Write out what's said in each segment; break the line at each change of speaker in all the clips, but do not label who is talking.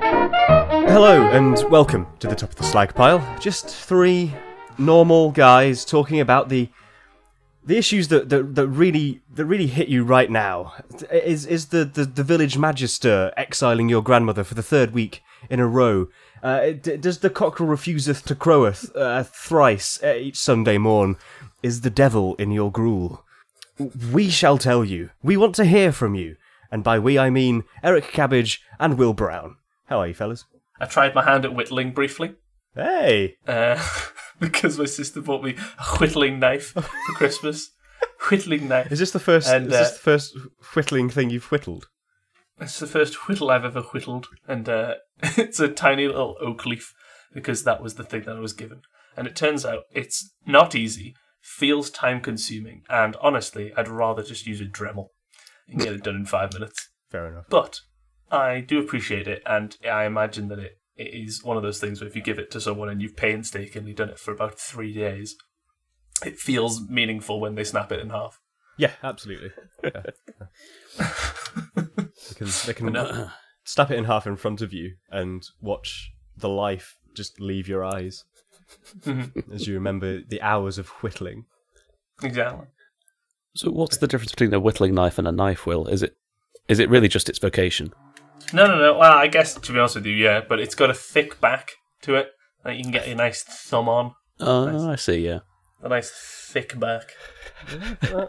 Hello and welcome to the top of the slag pile. Just three normal guys talking about the the issues that, that, that really that really hit you right now. Is is the, the, the village magister exiling your grandmother for the third week in a row? Uh, d- does the cockerel refuseth to croweth uh, thrice uh, each Sunday morn? Is the devil in your gruel? We shall tell you. We want to hear from you. And by we I mean Eric Cabbage and Will Brown. How are you fellas?
I tried my hand at whittling briefly
Hey!
uh, because my sister bought me a whittling knife for Christmas. whittling knife.
Is this the first
And,
is this
uh,
the first whittling thing you've whittled?
It's the first whittle I've ever whittled, and uh, it's a tiny little oak leaf because that was the thing that I was given. And it turns out it's not easy, feels time consuming, and honestly, I'd rather just use a Dremel and get it done in five minutes.
Fair enough.
But I do appreciate it, and I imagine that it, it is one of those things where if you give it to someone and you've painstakingly done it for about three days, it feels meaningful when they snap it in half.
Yeah, absolutely. Yeah. because they can
uh,
snap it in half in front of you and watch the life just leave your eyes
Mm-hmm.
as you remember the hours of whittling.
Exactly.
So, what's the difference between a whittling knife and a knife? Will is it is it really just its vocation?
No, no, no. Well, I guess to be honest with you, yeah, but it's got a thick back to it that you can get a nice thumb on,
Oh, I see. Yeah,
a nice thick back.
that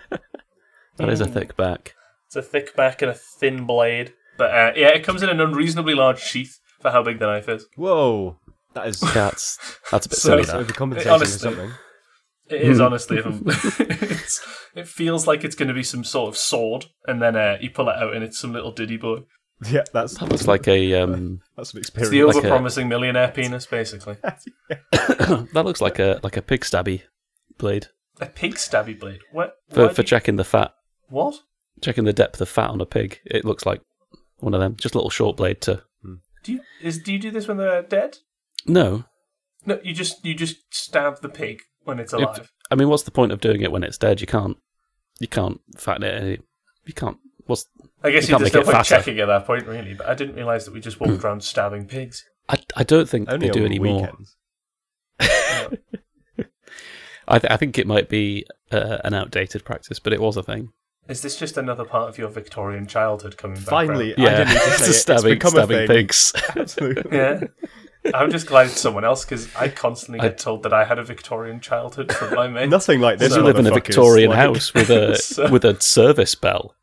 is a thick back.
It's a thick back and a thin blade. But uh, yeah, it comes in an unreasonably large sheath for how big the knife is.
Whoa! That is
Yeah, That's that's a bit
So-
silly.
that's
That.
overcompensating
Honestly.
for something.
It is
Hmm.
honestly. If I'm, it's, it feels like it's going to be some sort of sword, and then uh, you pull it out, and it's some little diddy boy.
Yeah, that's
That looks like a um,
that's an
It's the
experience.
Like a-
overpromising millionaire penis, basically.
that looks like a like a pig stabby blade
A pig stabby blade. What?
for
why
for
do you-
checking the fat,
What?
checking the depth of fat on a pig. It looks like one of them, just a little short blade to.
Do you is do you do this when they're dead?
No,
No, you just you just stab the pig when it's
If-
alive.
I mean, what's the point of doing it when it's dead? You can't you can't fatten it. Any, you can't. What's
I guess
you
you
can't
just
make
don't
it
like
fatter.
checking at that point, really. But I didn't realise that we just walked around stabbing pigs.
I, I don't think
Only
they do
on
anymore.
weekends.
I, th- I think it might be uh, an outdated practice, but it was a thing.
Is this just another part of your Victorian childhood coming back? round?
Finally, I
Yeah,
didn't need to
It's
say
just
it.
stabbing,
it's become
stabbing
a thing.
pigs.
Absolutely.
Yeah. I'm just glad it's someone else because I constantly
I-
get told that I had a Victorian childhood from my mates.
Nothing like this.
you live in a
motherfuckers,
Victorian
like-
house with a
So-
with a service bell.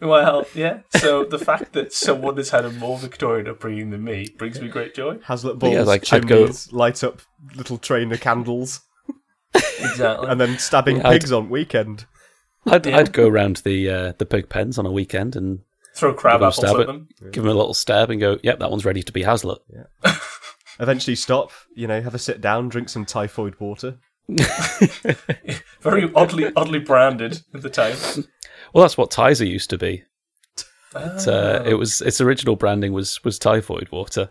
Well, yeah. So the fact that someone has had a more Victorian upbringing than me brings me great joy.
Hazlitt balls,
Yeah, like, I'd go-
chimneys, light up little trainer candles,
Exactly.
and then stabbing
Yeah, I'd-
pigs on weekend.
I'd,
Yeah.
I'd go round the uh, the pig pens on a weekend and
Throw crab
Give 'em a
apples
stab
at
at-
them.
give them a little stab and go, "Yep, that one's ready to be Hazlitt."
Eventually stop, you know, have a sit down, drink some typhoid water.
Very oddly, oddly branded at the time.
Well, that's what Tizer used to be. It,
Ah.
uh, it was its original branding was was typhoid water,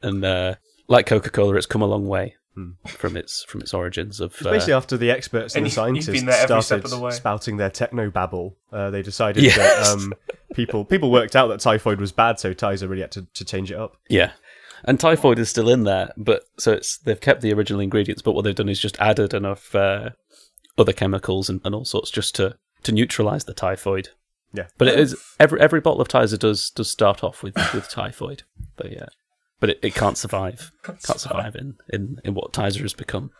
and uh, like Coca Cola, it's come a long way
Hmm.
from its from its origins of.
It's
uh,
basically after the experts and, the
and you- you've
scientists
been there every step
started
of the way.
spouting their techno babble, uh, they decided that
Yes.
um, people people worked out that typhoid was bad, so Tizer really had to, to change it up.
Yeah. And typhoid is still in there, but so it's they've kept the original ingredients, but what they've done is just added enough uh, other chemicals and, and all sorts just to, to neutralize the typhoid.
Yeah.
But it is every every bottle of Tizer does does start off with, with typhoid. But yeah. But it, it can't survive. Can't survive in, in, in what Tizer has become.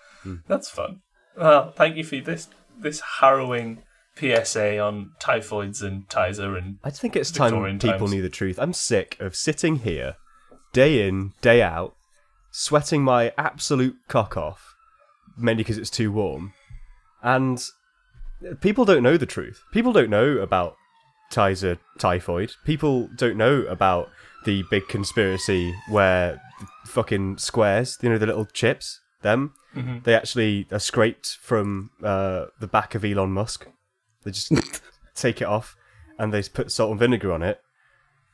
That's fun. Well, thank you for this this harrowing PSA on typhoids and Tizer and
I think it's time
Victorian
people
times.
knew the truth. I'm sick of sitting here, day in, day out, sweating my absolute cock off, mainly because it's too warm. And people don't know the truth. People don't know about Tizer typhoid. People don't know about the big conspiracy where fucking squares, you know, the little chips, them,
Mm-hmm.
they actually are scraped from uh, the back of Elon Musk. They just take it off and they put salt and vinegar on it,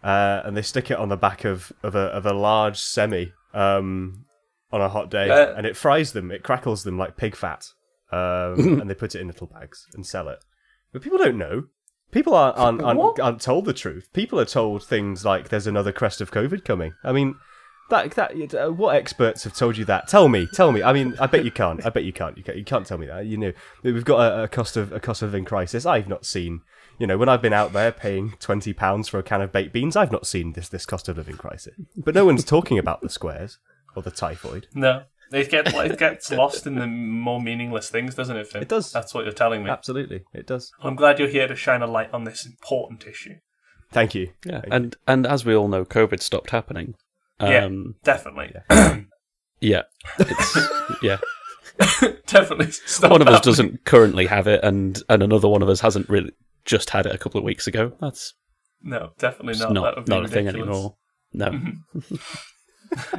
uh, and they stick it on the back of, of a of a large semi um, on a hot day,
Uh,
and it fries them. It crackles them like pig fat, um, and they put it in little bags and sell it. But people don't know. People aren't aren't, aren't,
What?
aren't told the truth. People are told things like there's another crest of COVID coming. I mean, that that uh, what experts have told you that? Tell me, tell me. I mean, I bet you can't. I bet you can't. You can't, you can't tell me that. You know, we've got a, a cost of a cost of living crisis. I've not seen. You know, when I've been out there paying twenty pounds for a can of baked beans, I've not seen this this cost of living crisis. But no one's talking about the squares or the typhoid.
No, it gets it gets lost in the more meaningless things, doesn't it? Finn?
It does. Uh,
That's what you're telling me.
Absolutely, it does.
I'm glad you're here to shine a light on this important issue.
Thank you.
Yeah,
Thank
and and as we all know, COVID stopped happening. Um,
yeah, definitely,
yeah, it's yeah.
definitely. Stop
One of us
that.
doesn't currently have it, and and another one of us hasn't really just had it a couple of weeks ago. That's
No, definitely
just
not. that
not
would
not,
be
a thing
ridiculous. Mm-hmm.
anymore. No,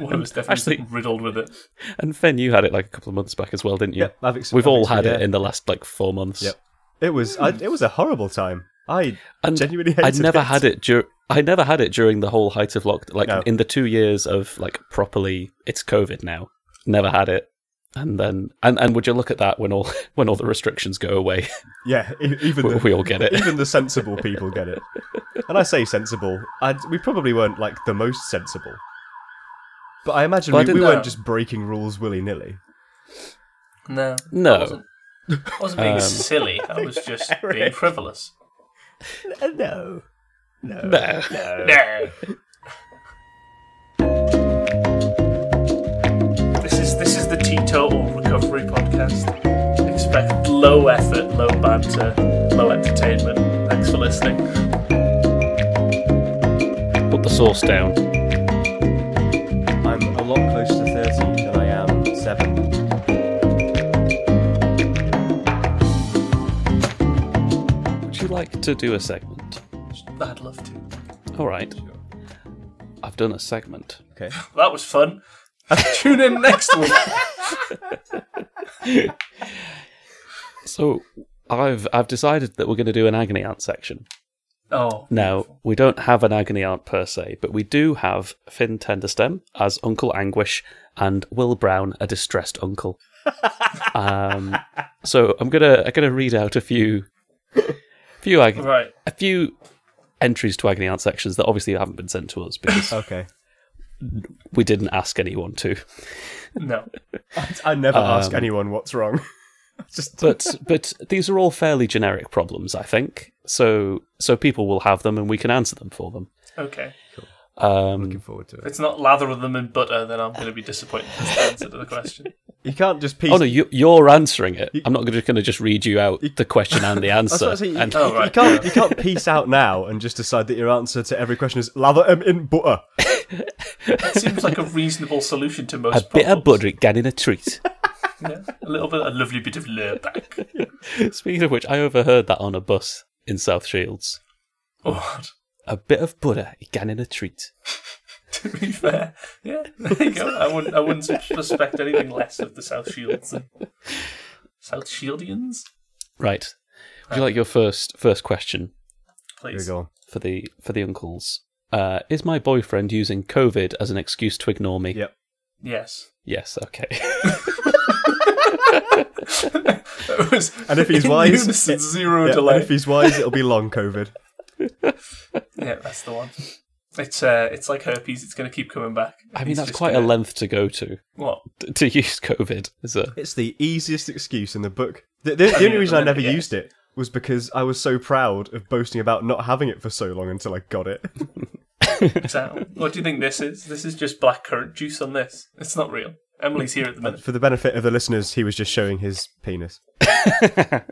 One of us definitely
actually-
riddled with it.
and Finn, you had it like a couple of months back as well, didn't you?
Yep, I've ex-
We've
I've
all
ex-
had
yeah.
it in the last like four months.
Yep. It was I, it was a horrible time. I
And
genuinely hated
I'd never
it.
had it dur- I never had it during the whole height of lockdown. Like
No.
in the two years of like properly, it's COVID now. Never had it, and then and, and would you look at that when all when all the restrictions go away?
Yeah, e- even
we,
the,
we all get it.
even the sensible people get it. And I say sensible, i we probably weren't like the most sensible, but I imagine
Well, I
we, we
didn't-
weren't
No.
just breaking rules willy nilly.
No,
No.
I wasn't, I wasn't being
Um,
silly. I was just being
Eric.
frivolous.
Uh, No, no,
No.
Uh,
No. this is this is the Teetotal Recovery Podcast. Expect low effort, low banter, low entertainment. Thanks for listening.
Put the sauce down.
I'm a lot closer to thirty than I am seven.
Would you like to do a segment?
I'd love to.
All right. I've done a segment.
Okay,
That was fun. Tune in next week.
So I've I've decided that we're going to do an agony aunt section.
Oh,
Now we don't have an agony aunt per se, but we do have Finn Tenderstem as Uncle Anguish and Will Brown a distressed uncle. um, so I'm gonna I'm gonna read out a few few ag-
right.
a few entries to agony aunt sections that obviously haven't been sent to us because
okay.
we didn't ask anyone to.
No.
I never ask
Um,
anyone what's wrong. just
but but these are all fairly generic problems, I think. So so people will have them, and we can answer them for them.
Okay.
Um,
looking forward to
If
it.
it's not lather them in butter, then I'm going to be disappointed with the answer to the question.
You can't just piece.
oh no, you, you're answering it. I'm not going to just read you out the question and the
I was about
answer.
to say, you,
and
you-
Oh,
you
right.
can't you can't piece out now and just decide that your answer to every question is lather 'em in butter.
It seems like a reasonable solution to most
a bit of
problems.
butter again in a treat.
Yeah, a little bit, a lovely bit of lurpak.
Speaking of which, I overheard that on a bus in South Shields.
What?
A bit of butter again in a treat.
To be fair, yeah, there you go. I wouldn't, I wouldn't suspect anything less of the South Shields. than- South Shieldians,
Right. Would you like your first first question?
Here we
please.
go.
for the for the uncles. Uh, is my boyfriend using COVID as an excuse to ignore me?
Yep.
Yes,
Yes. Okay.
That was
And if he's
in
wise,
unison,
it-
zero
Yeah,
delay.
and if he's wise, it'll be long COVID.
Yeah, that's the one. It's uh, it's like herpes. It's going to keep coming back.
I mean,
He's
that's
just
quite a
gonna-
length to go to
What?
t- to use COVID as a.
It's the easiest excuse in the book. The, the- the
mean,
only reason I
yeah.
never used it was because I was so proud of boasting about not having it for so long until I got it.
It's out. What do you think this is? This is just blackcurrant juice on this. It's not real. Emily's here at the minute.
for the benefit of the listeners, he was just showing his penis. it,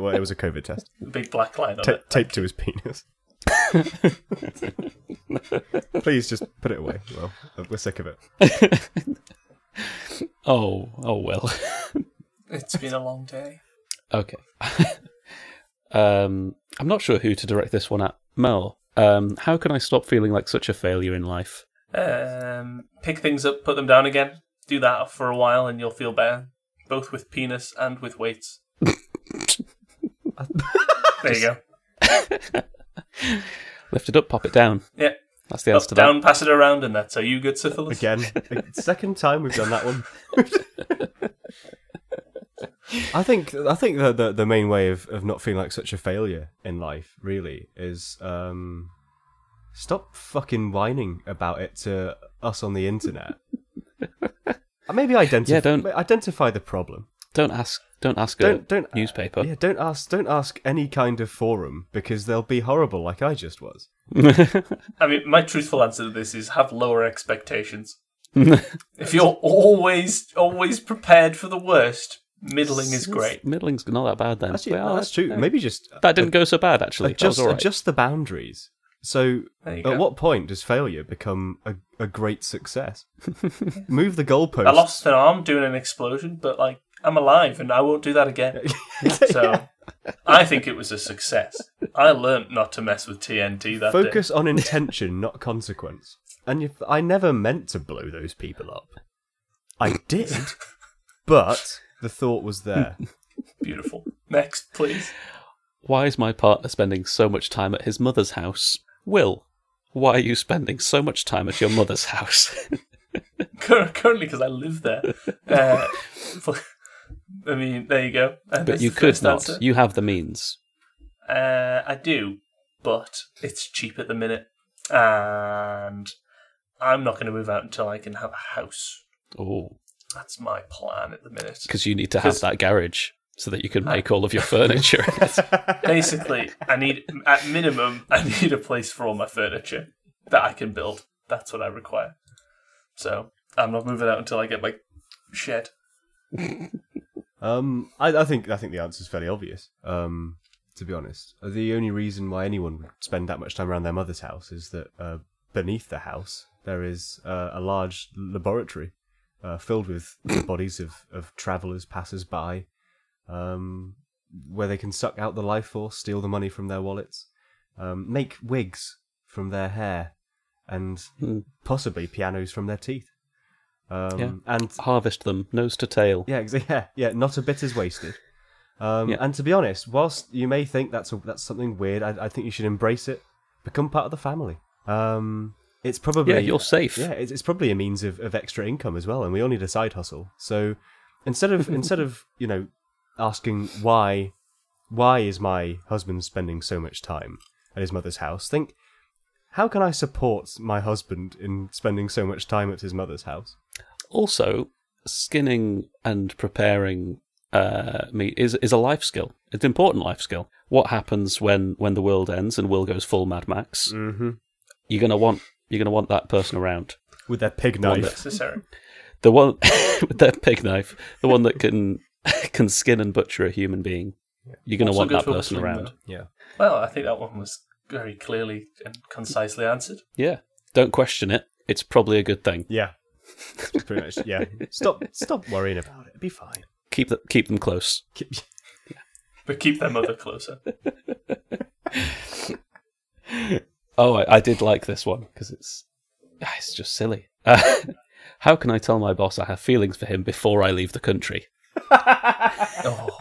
wa- it was a COVID test
The big black line on
Ta
it.
taped to his penis. Please just put it away. Well, we're sick of it.
Oh. Oh well.
It's been a long day.
okay. um, I'm not sure who to direct this one at. Mel. Um, how can I stop feeling like such a failure in life?
Um, pick things up, put them down again. Do that for a while, and you'll feel better, both with penis and with weights. there you go.
Lift it up, pop it down.
Yeah,
That's the
up,
answer to
down, pass it around, and that's how you get syphilis.
Again, second time we've done that one. I think I think the, the the main way of, of not feeling like such a failure in life really is um, stop fucking whining about it to us on the internet. Uh, Maybe identify
Yeah, don't-
identify the problem.
Don't ask. Don't ask
Don't-
a
don't- uh,
newspaper.
Yeah, don't ask don't ask any kind of forum because they'll be horrible like I just was.
I mean, my truthful answer to this is have lower expectations. If you're always always prepared for the worst, middling is great.
Middling's not that bad then.
Actually,
Um, Well,
that's true.
no.
Maybe just
that didn't go so bad actually. that was
adjust,
all right.
adjust the boundaries. So,
There you
at
go.
what point does failure become a, a great success? Move the goalposts.
I lost an arm doing an explosion, but like I'm alive and I won't do that again. So I think it was a success. I learnt not to mess with TNT that
Focus on intention, not consequence. And if, I never meant to blow those people up. I did, but the thought was there.
day. Beautiful. Next, please.
Why is my partner spending so much time at his mother's house? Will, why are you spending so much time at your mother's house?
Cur- Currently, because I live there. Uh, I mean, there you go. Uh,
but
that's
you
the
could
first
not.
answer.
You have the means.
Uh, I do, but it's cheap at the minute, and I'm not going to move out until I can have a house.
Oh,
That's my plan at the minute.
because Ah. you need to
'Cause-
have that garage so that you can make all of your furniture.
Basically, I need at minimum I need a place for all my furniture that I can build. That's what I require. So I'm not moving out until I get my shed.
Um, I, I think I think the answer's fairly obvious. Um, to be honest, Uh, the only reason why anyone would spend that much time around their mother's house is that uh, beneath the house there is uh, a large laboratory uh, filled with the bodies of of travellers, passers-by, um, where they can suck out the life force, steal the money from their wallets, um, make wigs from their hair, and
Hmm.
possibly pianos from their teeth. Um, And
Harvest them nose to tail.
yeah, exa- yeah, yeah. Not a bit is wasted. Um,
Yeah.
And to be honest, whilst you may think that's a, that's something weird, I, I think you should embrace it. Become part of the family. Um, it's probably
Yeah, you're safe.
yeah, it's, it's probably a means of, of extra income as well, and we all need a side hustle. So instead of instead of you know asking why why is my husband spending so much time at his mother's house, think how can I support my husband in spending so much time at his mother's house?
Also, skinning and preparing uh, meat is is a life skill. It's an important life skill. What happens when when the world ends and Will goes full Mad Max?
Mm-hmm.
You're gonna want you're gonna want that person around.
With their pig
One
knife.
Necessary.
The one with their pig knife, the one that can can skin and butcher a human being. You're gonna
Also
want
good
that
for
person
whistling,
around.
though.
Yeah.
Well, I think that one was very clearly and concisely answered.
Yeah, don't question it. It's probably a good thing.
Yeah. It's pretty much. Yeah. Stop. Stop worrying about it. It'll be fine.
Keep the, keep them close.
Keep-
But keep their mother closer.
Oh, I, I did like this one because it's ah, it's just silly. Uh, how can I tell my boss I have feelings for him before I leave the country?
Oh,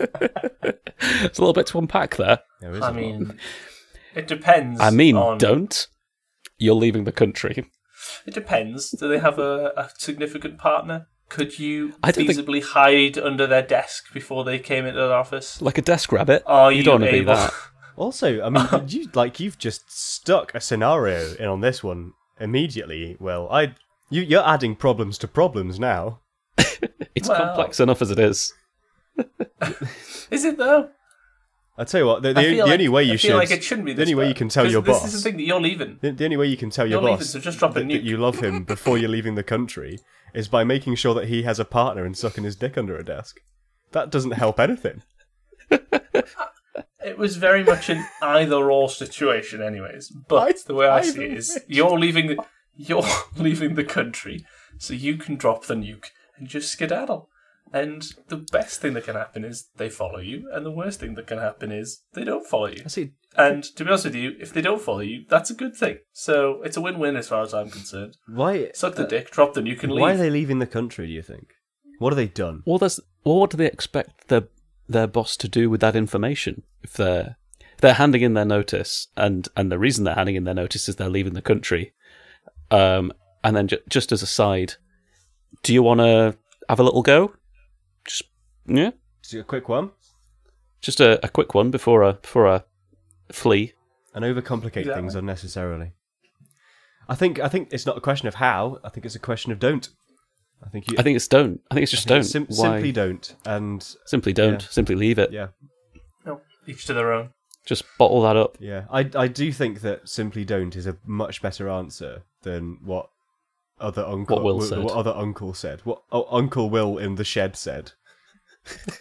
It's a little bit to unpack there.
There is.
I
a lot.
mean, it depends.
I mean,
on-
don't. You're leaving the country.
It depends. Do they have a, a significant partner? Could you
I don't think-
feasibly hide under their desk before they came into the office?
Like a desk rabbit.
Are
you,
you,
don't want to
able?
be that.
Also, I mean, you like you've just stuck a scenario in on this one immediately. Well, I you you're adding problems to problems now.
It's
Well.
complex enough as it is.
Is it though?
I tell you what. The, the,
I feel
the
like-
only way you
I feel
should
like it shouldn't be
the
this
only way
bad.
you can tell
'Cause
your
this
boss
is the thing that you're leaving.
the, the only way you can tell your
You're leaving,
boss
so just drop a
that, that
nuke.
you love him before you're leaving the country is by making sure that he has a partner and sucking his dick under a desk. That doesn't help anything.
It was very much an either or situation, anyways. But
Ei-
the way I
either
see it is,
which.
you're leaving the you're leaving the country, so you can drop the nuke and just skedaddle. And the best thing that can happen is they follow you, and the worst thing that can happen is they don't follow you.
I see.
And to be honest with you, if they don't follow you, that's a good thing. So it's a win-win as far as I'm concerned.
Why
Suck the dick, drop the nuke, and leave.
Why are they leaving the country? Do you think? What have they done?
Well, there's, well, what do they expect their their boss to do with that information if they're if they're handing in their notice and and the reason they're handing in their notice is they're leaving the country, um, and then ju- just as a side, do you want to have a little go? Just Yeah.
Just a quick one
Just a, a quick one before I before I flee.
and overcomplicate
Exactly.
things unnecessarily. I think I think it's not a question of how. I think it's a question of don't. I think you
I think it's don't. I think it's just
I think
don't.
it's sim-
Why?
simply don't. And
Simply don't.
Yeah.
Simply leave it.
yeah,
No, each to their own.
Just bottle that up.
yeah. I I do think that simply don't is a much better answer than what other uncle
What Will
wh-
said.
What other uncle said. What oh, Uncle Will in the shed said.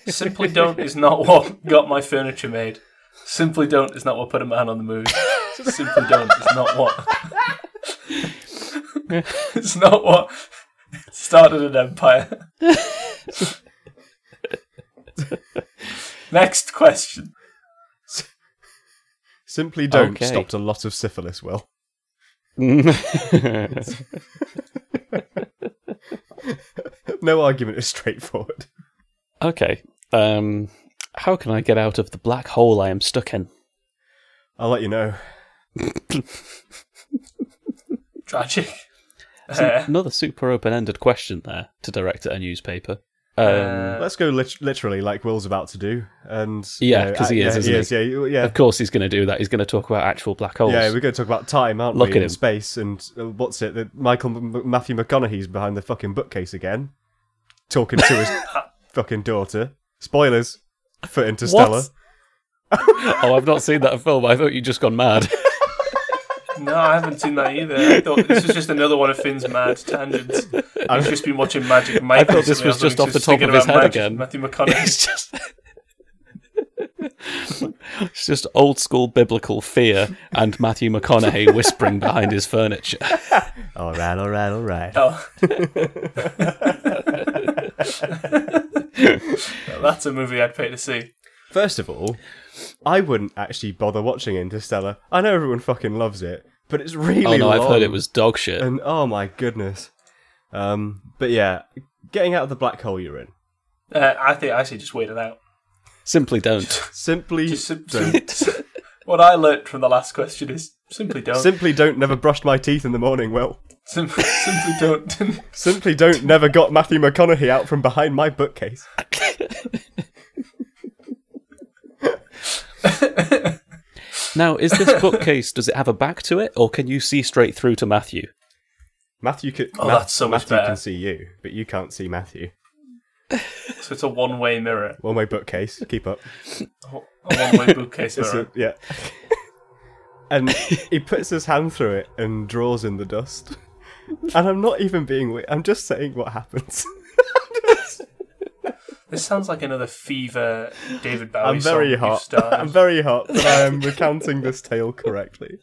Simply don't is not what got my furniture made. Simply don't is not what put a man on the move. Simply don't is not what. it's not what started an empire. Next question.
Simply don't
Okay.
stopped a lot of syphilis. Will no argument is straightforward.
okay. Um, how can I get out of the black hole I am stuck in?
I'll let you know.
Tragic.
It's an-
Uh,
another super open-ended question there to direct at a newspaper. Um,
uh,
Let's go lit- literally like Will's about to do, and you
Yeah,
know,
'cause he
uh,
is,
yeah,
isn't he?
is, yeah, you- yeah.
Of course, he's going to do that. He's going to talk about actual black holes.
Yeah, we're going to talk about time, aren't
Look
we?
at
and
him.
space and uh, what's it? That Michael M- Matthew McConaughey's behind the fucking bookcase again, talking to his fucking daughter. Spoilers for Interstellar.
oh, I've not seen that film. I thought you'd just gone mad.
no, I haven't seen that either. I thought this was just another one of Finn's mad tangents. I've just been watching Magic Mike.
thought this
recently.
was
I
just
like,
off the top
thinking
of his
about
head
Magic,
again.
Matthew McConaughey.
it's just. It's just old school biblical fear and Matthew McConaughey whispering behind his furniture.
All right, all right, all right.
Uh,
Oh. Now that's a movie I'd pay to see.
First of all, I wouldn't actually bother watching Interstellar. I know everyone fucking loves it, but it's really
Oh no, I've
long
heard it was dog shit.
and oh my goodness. Um, but yeah, getting out of the black hole you're in.
Uh, I think I should just wait it out.
Simply don't.
Simply
Just sim-
don't.
sim- what I learnt from the last question is simply don't.
Simply don't. Never brushed my teeth in the morning. Will.
Sim- simply don't.
Simply don't never got Matthew McConaughey out from behind my bookcase.
Now, is this bookcase? Does it have a back to it, or can you see straight through to Matthew?
Matthew can
Oh, that's so much
Matthew
better.
can see you, but you can't see Matthew.
so it's a one-way mirror,
One way bookcase. Keep up.
a one-way bookcase
It's
mirror.
a- yeah. and he puts his hand through it and draws in the dust. And I'm not even being weird. I'm just saying what happens.
This sounds like another fever David Bowie
I'm very
song.
hot. I'm very hot, but I am recounting this tale correctly.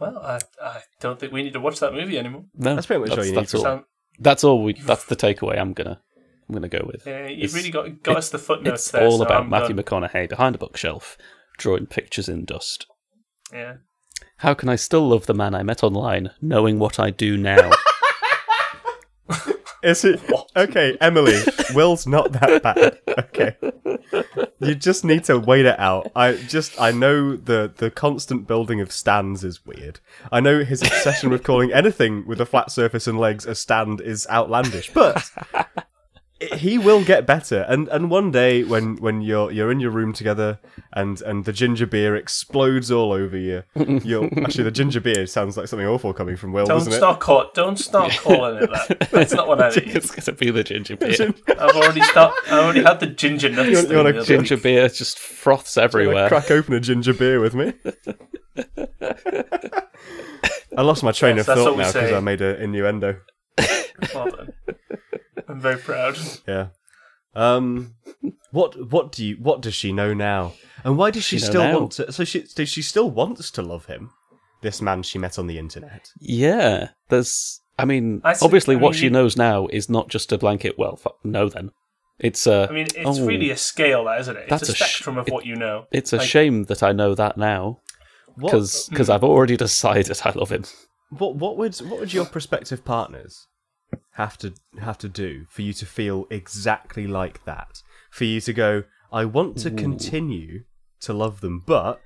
well, I, I don't think we need to watch that movie anymore.
No,
That's pretty much all
that's,
you need
that's
to
all.
Sound-
That's all. We. That's the takeaway. I'm gonna. I'm gonna go with.
uh, you've
It's-
really got got us the footnotes
It's
there.
all
so
about
I'm
Matthew
done.
McConaughey behind a bookshelf, drawing pictures in dust.
yeah.
How can I still love the man I met online, knowing what I do now?
Is it okay, Emily? Will's not that bad. Okay, you just need to wait it out. I just I know the the constant building of stands is weird. I know his obsession with calling anything with a flat surface and legs a stand is outlandish, but he will get better. And and one day when when you're you're in your room together and and the ginger beer explodes all over you, you'll actually the ginger beer sounds like something awful coming from Will,
Don't
doesn't it?
start call, Don't start calling it that. That's not what I need.
it's gonna be the ginger beer.
Ginger-
I've already start. I already had the ginger nuts.
You- you
thing
wanna
the other
gin-
week.
Ginger beer just froths
Wanna
everywhere.
Crack open a ginger beer with me. I lost my train
Yes,
of
that's
thought
what we
now because
say.
I made an innuendo.
Well done. I'm very proud.
Yeah. Um. What What do you What does she know now? And why does she,
She know
still
now?
want to? So she so she still wants to love him. This man she met on the internet.
Yeah, there's. I mean,
I see-
obviously,
I
what
mean,
she
you-
knows now is not just a blanket. Well, fu no, then it's a.
I mean, it's
Oh.
really a scale, that isn't it? It's
That's
a
a sh-
spectrum of what you know.
it's a
like-
shame that I know that now
What
because
mm.
I've already decided I love him.
What What would What would your prospective partners have to have to do for you to feel exactly like that? For you to go, I want to continue to love them, but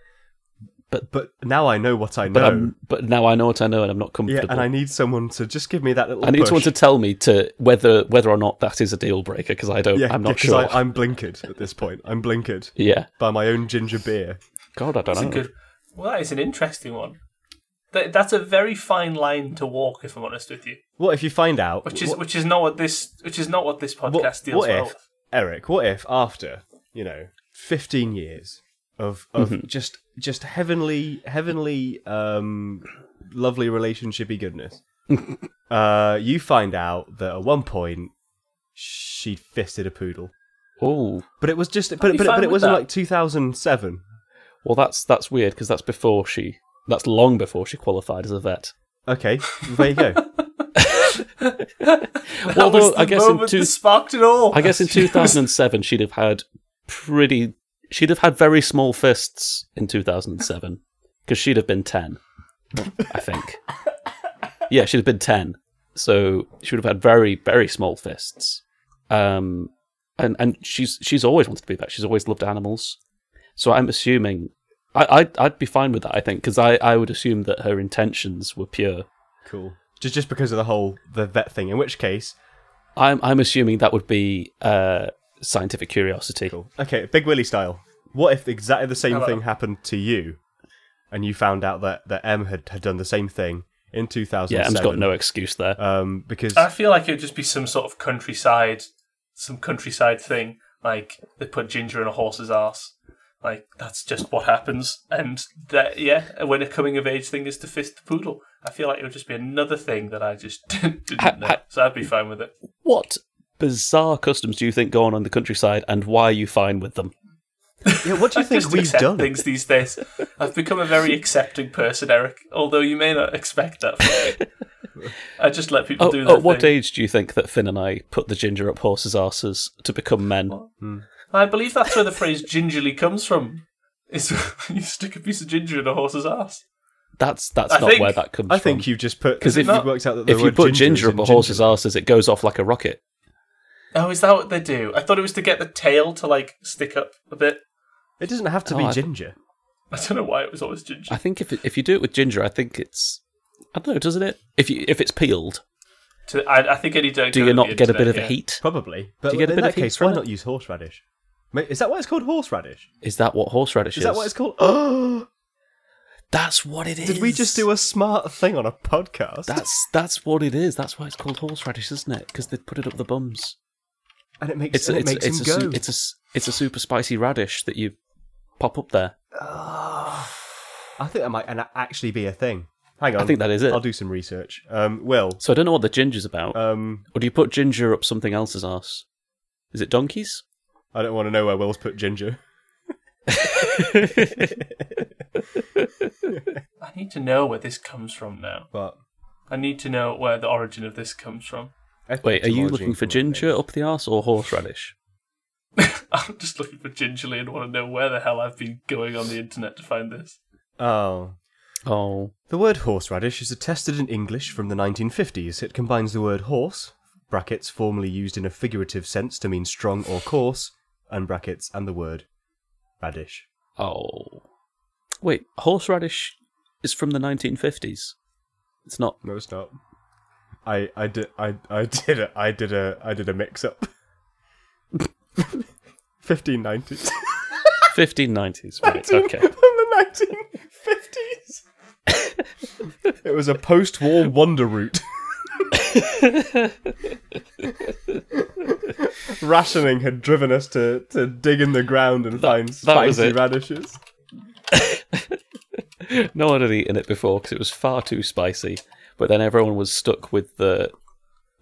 But now I know what I know.
But I'm, but now I know what I know, and I'm not
yeah,
comfortable.
and I need someone to just give me that little.
I need
push.
someone to tell me to whether whether or not that is a deal breaker because I don't.
Yeah,
I'm not
because
sure.
I, I'm blinkered at this point. I'm blinkered
yeah.
by my own ginger beer.
God, I don't
That's a
know.
good. Well, that is an interesting one. That, that's a very fine line to walk, if I'm honest with you.
What if you find out?
Which is
what,
which is not what this which is not what this podcast
what-
deals
what
well
if
with.
Eric? What if after you know 15 years of of just just heavenly heavenly um lovely relationshipy goodness, uh, you find out that at one point she fisted a poodle,
Oh,
but it was just but
be
but,
fine
but it
with
wasn't
that.
like 2007.
well, that's that's weird because that's before she. That's long before she qualified as a vet.
Okay, there you go.
That
Well,
was
though,
the
I guess in
moment
two-
that sparked it all.
I guess in 2007 she'd have had pretty. She'd have had very small fists in 2007 because she'd have been 10, I think. Yeah, she'd have been 10, so she would have had very very small fists. Um, and and she's she's always wanted to be that. She's always loved animals, so I'm assuming. I, I'd, I'd be fine with that, I think, because I, I would assume that her intentions were pure.
Cool. Just just because of the whole the vet thing. In which case,
I'm I'm assuming that would be uh, scientific curiosity.
cool. Okay, Big Willy style. What if exactly the same
Hello.
thing happened to you, and you found out that that M had, had done the same thing in two thousand?
Yeah, Em's got no excuse there.
Um, because
I feel like it would just be some sort of countryside, some countryside thing. Like they put ginger in a horse's ass. Like that's just what happens. And that yeah, when a coming of age thing is to fist the poodle, I feel like it would just be another thing that I just didn't
Ha-
know.
ha-
So I'd be fine with it.
What bizarre customs do you think go on in the countryside, and why are you fine with them?
yeah, what do you
I
think
just
we've
accept
done?
things these days. I've become a very accepting person, Eric. Although you may not expect that. From me. I just let people
Oh,
do
at
that.
what
thing.
age do you think that Finn and I put the ginger up horses' asses to become men?
I believe that's where the phrase "gingerly" comes from. Is you stick a piece of ginger in a horse's ass?
That's that's
I
not
think-
where that comes
I
from.
think you've just put
'Cause
because
if-
if you've worked out that the
if you
word
put
ginger,
ginger
is
up
in
a horse's
ginger.
asses, it goes off like a rocket.
Oh, is that what they do? I thought it was to get the tail to like stick up a bit.
it doesn't have to
Oh,
be
I-
ginger.
I don't know why it was always ginger.
I think if it, if you do it with ginger, I think it's I don't know, doesn't it? If you if it's peeled,
To- I, I think I need to.
do
go
you
to
not
the
get a bit
internet,
of a
yeah.
heat?
Probably, but
you get a
in
bit
that
of heat
case,
from
why
it?
not use horseradish? Ma- Is that why it's called horseradish?
Is that what horseradish
Is
is?
that what it's called? Oh,
That's what it is.
did we just do a smart thing on a podcast?
That's that's what it is. That's why it's called horseradish, isn't it? Because they put it up the bums.
and it makes
it's
and it
it's
makes
it's a,
him
su-
go.
it's a s- it's a super spicy radish that you pop up there.
I think that might and actually be a thing. Hang on,
I think that is it.
I'll do some research. Um, Will,
So I don't know what the ginger's about.
um,
or do you put ginger up something else's ass? Is it donkeys?
I don't want to know where Will's put ginger.
I need to know where this comes from now.
But
I need to know where the origin of this comes from.
Wait, are you
etymology
looking for
and all that
ginger up the ass or horseradish?
I'm just looking for gingerly and want to know where the hell I've been going on the internet to find this.
thing. Oh.
Oh,
The word horseradish is attested in English from the 1950s. It combines the word horse, brackets formerly used in a figurative sense to mean strong or coarse, and brackets and the word radish.
oh. Wait, horseradish is from the 1950s. It's not.
No, it's not. I I did I I did a I did a I did a mix up. 1590s.
1590s, right? Okay.
from the 1950s. it was a post-war wonder route. Rationing had driven us to, to dig in the ground and find
that was
spicy
it.
radishes.
No one had eaten it before because it was far too spicy. But then everyone was stuck with the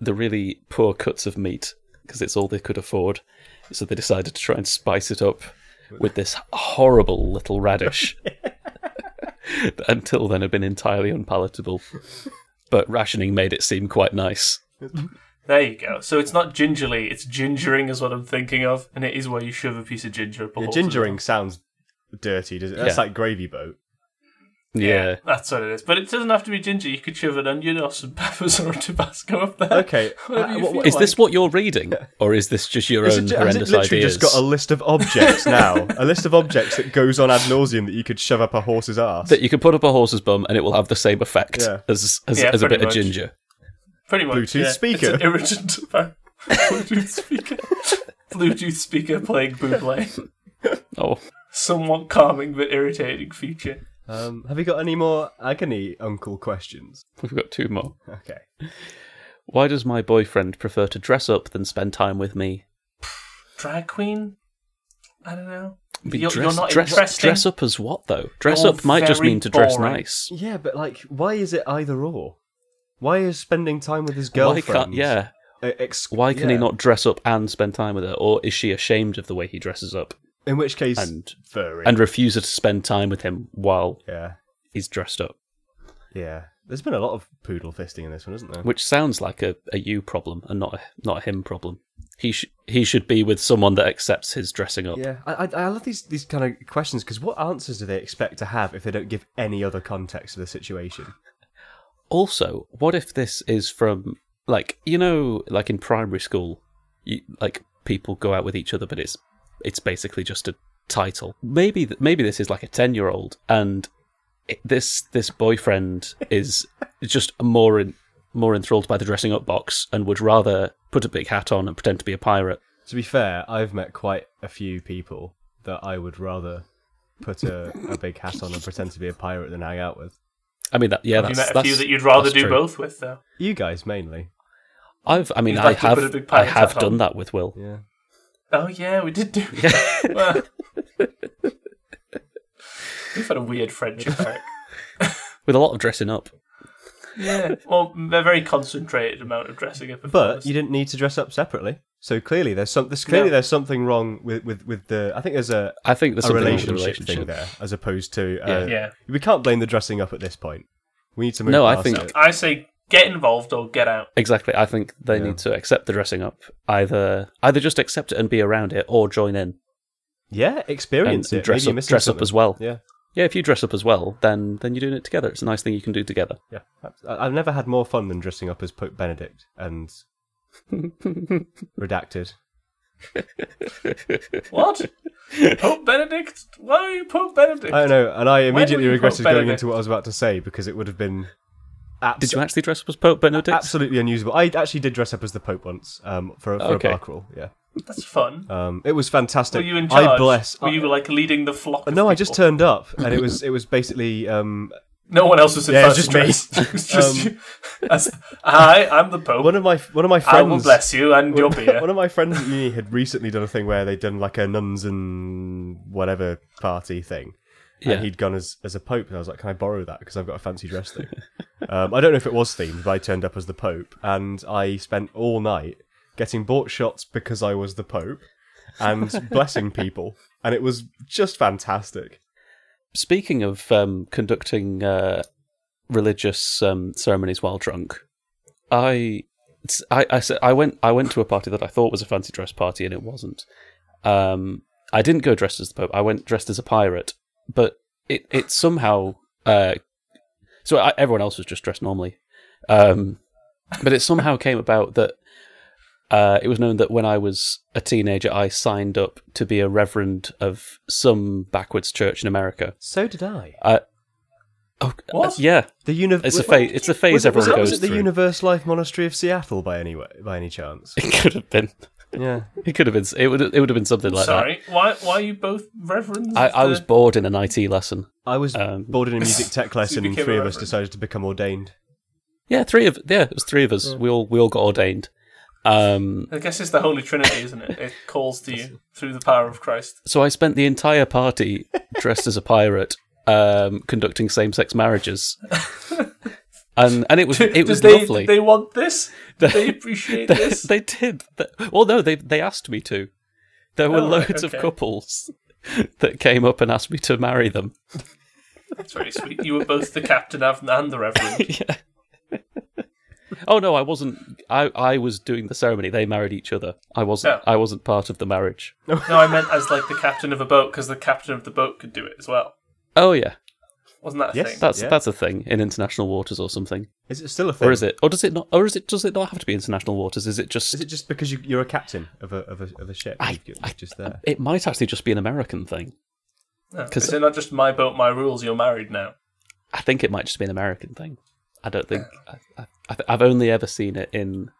the really poor cuts of meat because it's all they could afford. So they decided to try and spice it up with this horrible little radish that until then had been entirely unpalatable. But rationing made it seem quite nice.
There you go. So it's not gingerly, it's gingering is what I'm thinking of, and it is where you shove a piece of ginger up a
Yeah,
horse's
gingering sounds dirty, does it? That's
Yeah.
like gravy boat.
Yeah.
That's what it is. But it doesn't have to be ginger. You could shove an onion or some peppers or Tabasco up there.
Okay.
Whatever
Uh,
you
what-
feel
what-
Is
like.
this what you're reading, or is this just your
Is
own
it, ju- has it
horrendous
literally
ideas?
just got a list of objects now? a list of objects that goes on ad nauseum that you could shove up a horse's ass.
that you can put up a horse's bum and it will have the same effect
Yeah.
as as,
Yeah,
as a
pretty
bit
much.
of ginger.
Pretty much.
Bluetooth
yeah.
speaker.
It's an irritant about Bluetooth speaker. Bluetooth speaker playing Buble.
Oh,
Somewhat calming but irritating feature.
Um, have you got any more agony uncle questions?
we've got two more.
Okay.
Why does my boyfriend prefer to dress up than spend time with me?
Drag queen? I don't know.
I mean,
You're,
dress,
you're not
dress,
interesting.
dress up as what though? Dress
You're
up might just
very
mean to dress
boring.
nice.
Yeah, but like, why is it either or? Why is spending time with his
Why
girlfriend?
can't yeah?
uh, ex-
Why can he
yeah.
not dress up and spend time with her? Or is she ashamed of the way he dresses up
In which case,
and
furry.
and refuses to spend time with him while
yeah,
he's dressed up?
yeah. There's been a lot of poodle fisting in this one, isn't there?
Which sounds like a, a you problem and not a, not a him problem. He sh- he should be with someone that accepts his dressing up.
Yeah, I, I, I love these these kind of questions because what answers do they expect to have if they don't give any other context to the situation?
Also, what if this is from like you know, like in primary school, you, like people go out with each other, but it's it's basically just a title. Maybe th- maybe this is like a ten year old, and it, this this boyfriend is just more in, more enthralled by the dressing up box and would rather put a big hat on and pretend to be a pirate.
To be fair, I've met quite a few people that I would rather put a, a big hat on and pretend to be a pirate than hang out with.
I mean, that yeah,
Have you
that's,
met a
that's
few that you'd rather
that's
do
true.
both with, though?
You guys mainly,
I've I mean,
You'd
I
like to put a
have
big
I
pirate
have
hat on.
done that with Will.
yeah.
Oh, yeah, we did do that. Well, we've had a weird friendship, Eric.
With a lot of dressing up.
Yeah. Well, a very concentrated amount of dressing up. if
But
I'm
you didn't need to dress up separately, so clearly there's some there's clearly
No.
there's something wrong with with with the. I think there's a
I think there's
a
something wrong with the
relationship, thing
relationship.
there as opposed to uh,
honest. yeah.
we can't blame the dressing up at this point. We need to move.
No, I
past
think-
it.
I say get involved or get out.
Exactly. I think they
Yeah.
need to accept the dressing up. Either either just accept it and be around it or join in.
yeah,
And,
experience
and
it.
dress,
Maybe you're
up,
missing
dress up
something.
as well.
Yeah,
Yeah, if you dress up as well, then then you're doing it together. It's a nice thing you can do together.
yeah. I- I've never had more fun than dressing up as Pope Benedict and redacted.
What? Pope Benedict? Why are you Pope Benedict?
I don't know, and I
were
immediately
you
regretted
Pope
going
Benedict?
into what I was about to say because it would have been abs-
Did you actually dress up as Pope Benedict?
absolutely unusable. I actually did dress up as the Pope once um, for, a- for
Okay.
a bar crawl. Yeah,
That's fun.
um, it was fantastic.
Were you in charge?
I bless.
Were you like leading the flock? of
no, I just
people?
turned up, and it was it was basically um,
No one else was in
Yeah,
first
it's just me. Um,
dress. It was just you. That's- Hi, I'm the Pope.
one of my one of my
I will
friends.
bless you and your beer.
One of my friends at uni had recently done a thing where they'd done like a nuns and whatever party thing.
Yeah.
And he'd gone as, as a pope, and I was like, "Can I borrow that? Because I've got a fancy dress thing." um, I don't know if it was themed, but I turned up as the pope, and I spent all night getting bought shots because I was the pope and blessing people, and it was just fantastic.
Speaking of um, conducting uh, religious um, ceremonies while drunk, I, it's- I, I, s- I went I went to a party that I thought was a fancy dress party and it wasn't. Um, I didn't go dressed as the Pope. I went dressed as a pirate, but it it somehow uh, so I, everyone else was just dressed normally, um, but it somehow came about that. Uh, it was known that when I was a teenager, I signed up to be a reverend of some backwards church in America.
So did I.
Uh, Oh,
What?
yeah,
The univ-
it's a
was-
phase. It's a phase
was it- was
everyone
it- was
goes
it the
through.
Universe Life Monastery of Seattle by any way, by any chance?
it could have been.
yeah.
It could have been. It would. It would have been something like
Sorry, Uh, why? Why are you both reverends?
that. I, I
of
was
the-
bored in an IT lesson.
I was
Um,
bored in a music tech lesson, and
became a
three of us
reverend.
decided to become ordained.
Yeah, three of yeah, it was three of
uh.
us. We all we all got ordained. Um,
I guess it's the Holy Trinity, isn't it? It calls to you through the power of Christ.
so I spent the entire party dressed as a pirate, um, conducting same-sex marriages, and and it was it was
did they,
lovely.
Did they want this? Did they appreciate
they,
this?
they did. Th- Well, no, they they asked me to. There were
Oh, right,
loads
okay.
of couples that came up and asked me to marry them.
That's very sweet. You were both the captain of- and the reverend.
yeah. oh no, I wasn't. I I was doing the ceremony. They married each other. I wasn't.
Oh.
I wasn't part of the marriage.
No, I meant as like the captain of a boat because the captain of the boat could do it as well.
Oh yeah.
Wasn't that a
Yes.
thing?
That's
Yeah.
that's a thing in international waters or something,
Is it still a thing?
or is it? Or does it not? Or is it? Does it not have to be international waters? Is it just?
Is it just because you, you're a captain of a of a, of a ship?
I-
You're
I-
just there.
uh, it might actually just be an American thing.
No,
'Cause-
Is it not just my boat, my rules? You're married now.
I think it might just be an American thing. I don't think I, I, I've only ever seen it in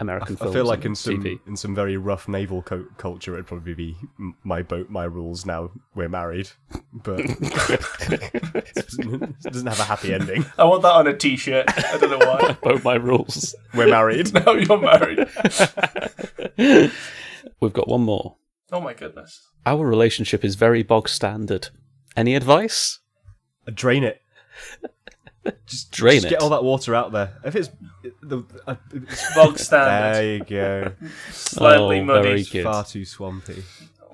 American
I
films.
feel like
and
in some
TV.
in some very rough naval co- culture, it'd probably be "M- my boat, my rules. Now we're married, but it doesn't have a happy ending.
I want that on a T-shirt. I don't know why.
Both my rules.
We're married.
now you're married.
We've got one more.
Oh my goodness.
Our relationship is very bog standard. Any advice?
Drain it. Just
Drain
just Get
it.
all that water out there. If it's the, uh, it's-
Bog standard.
there you go.
Slightly
Oh, very
muddy.
good.
Far too swampy.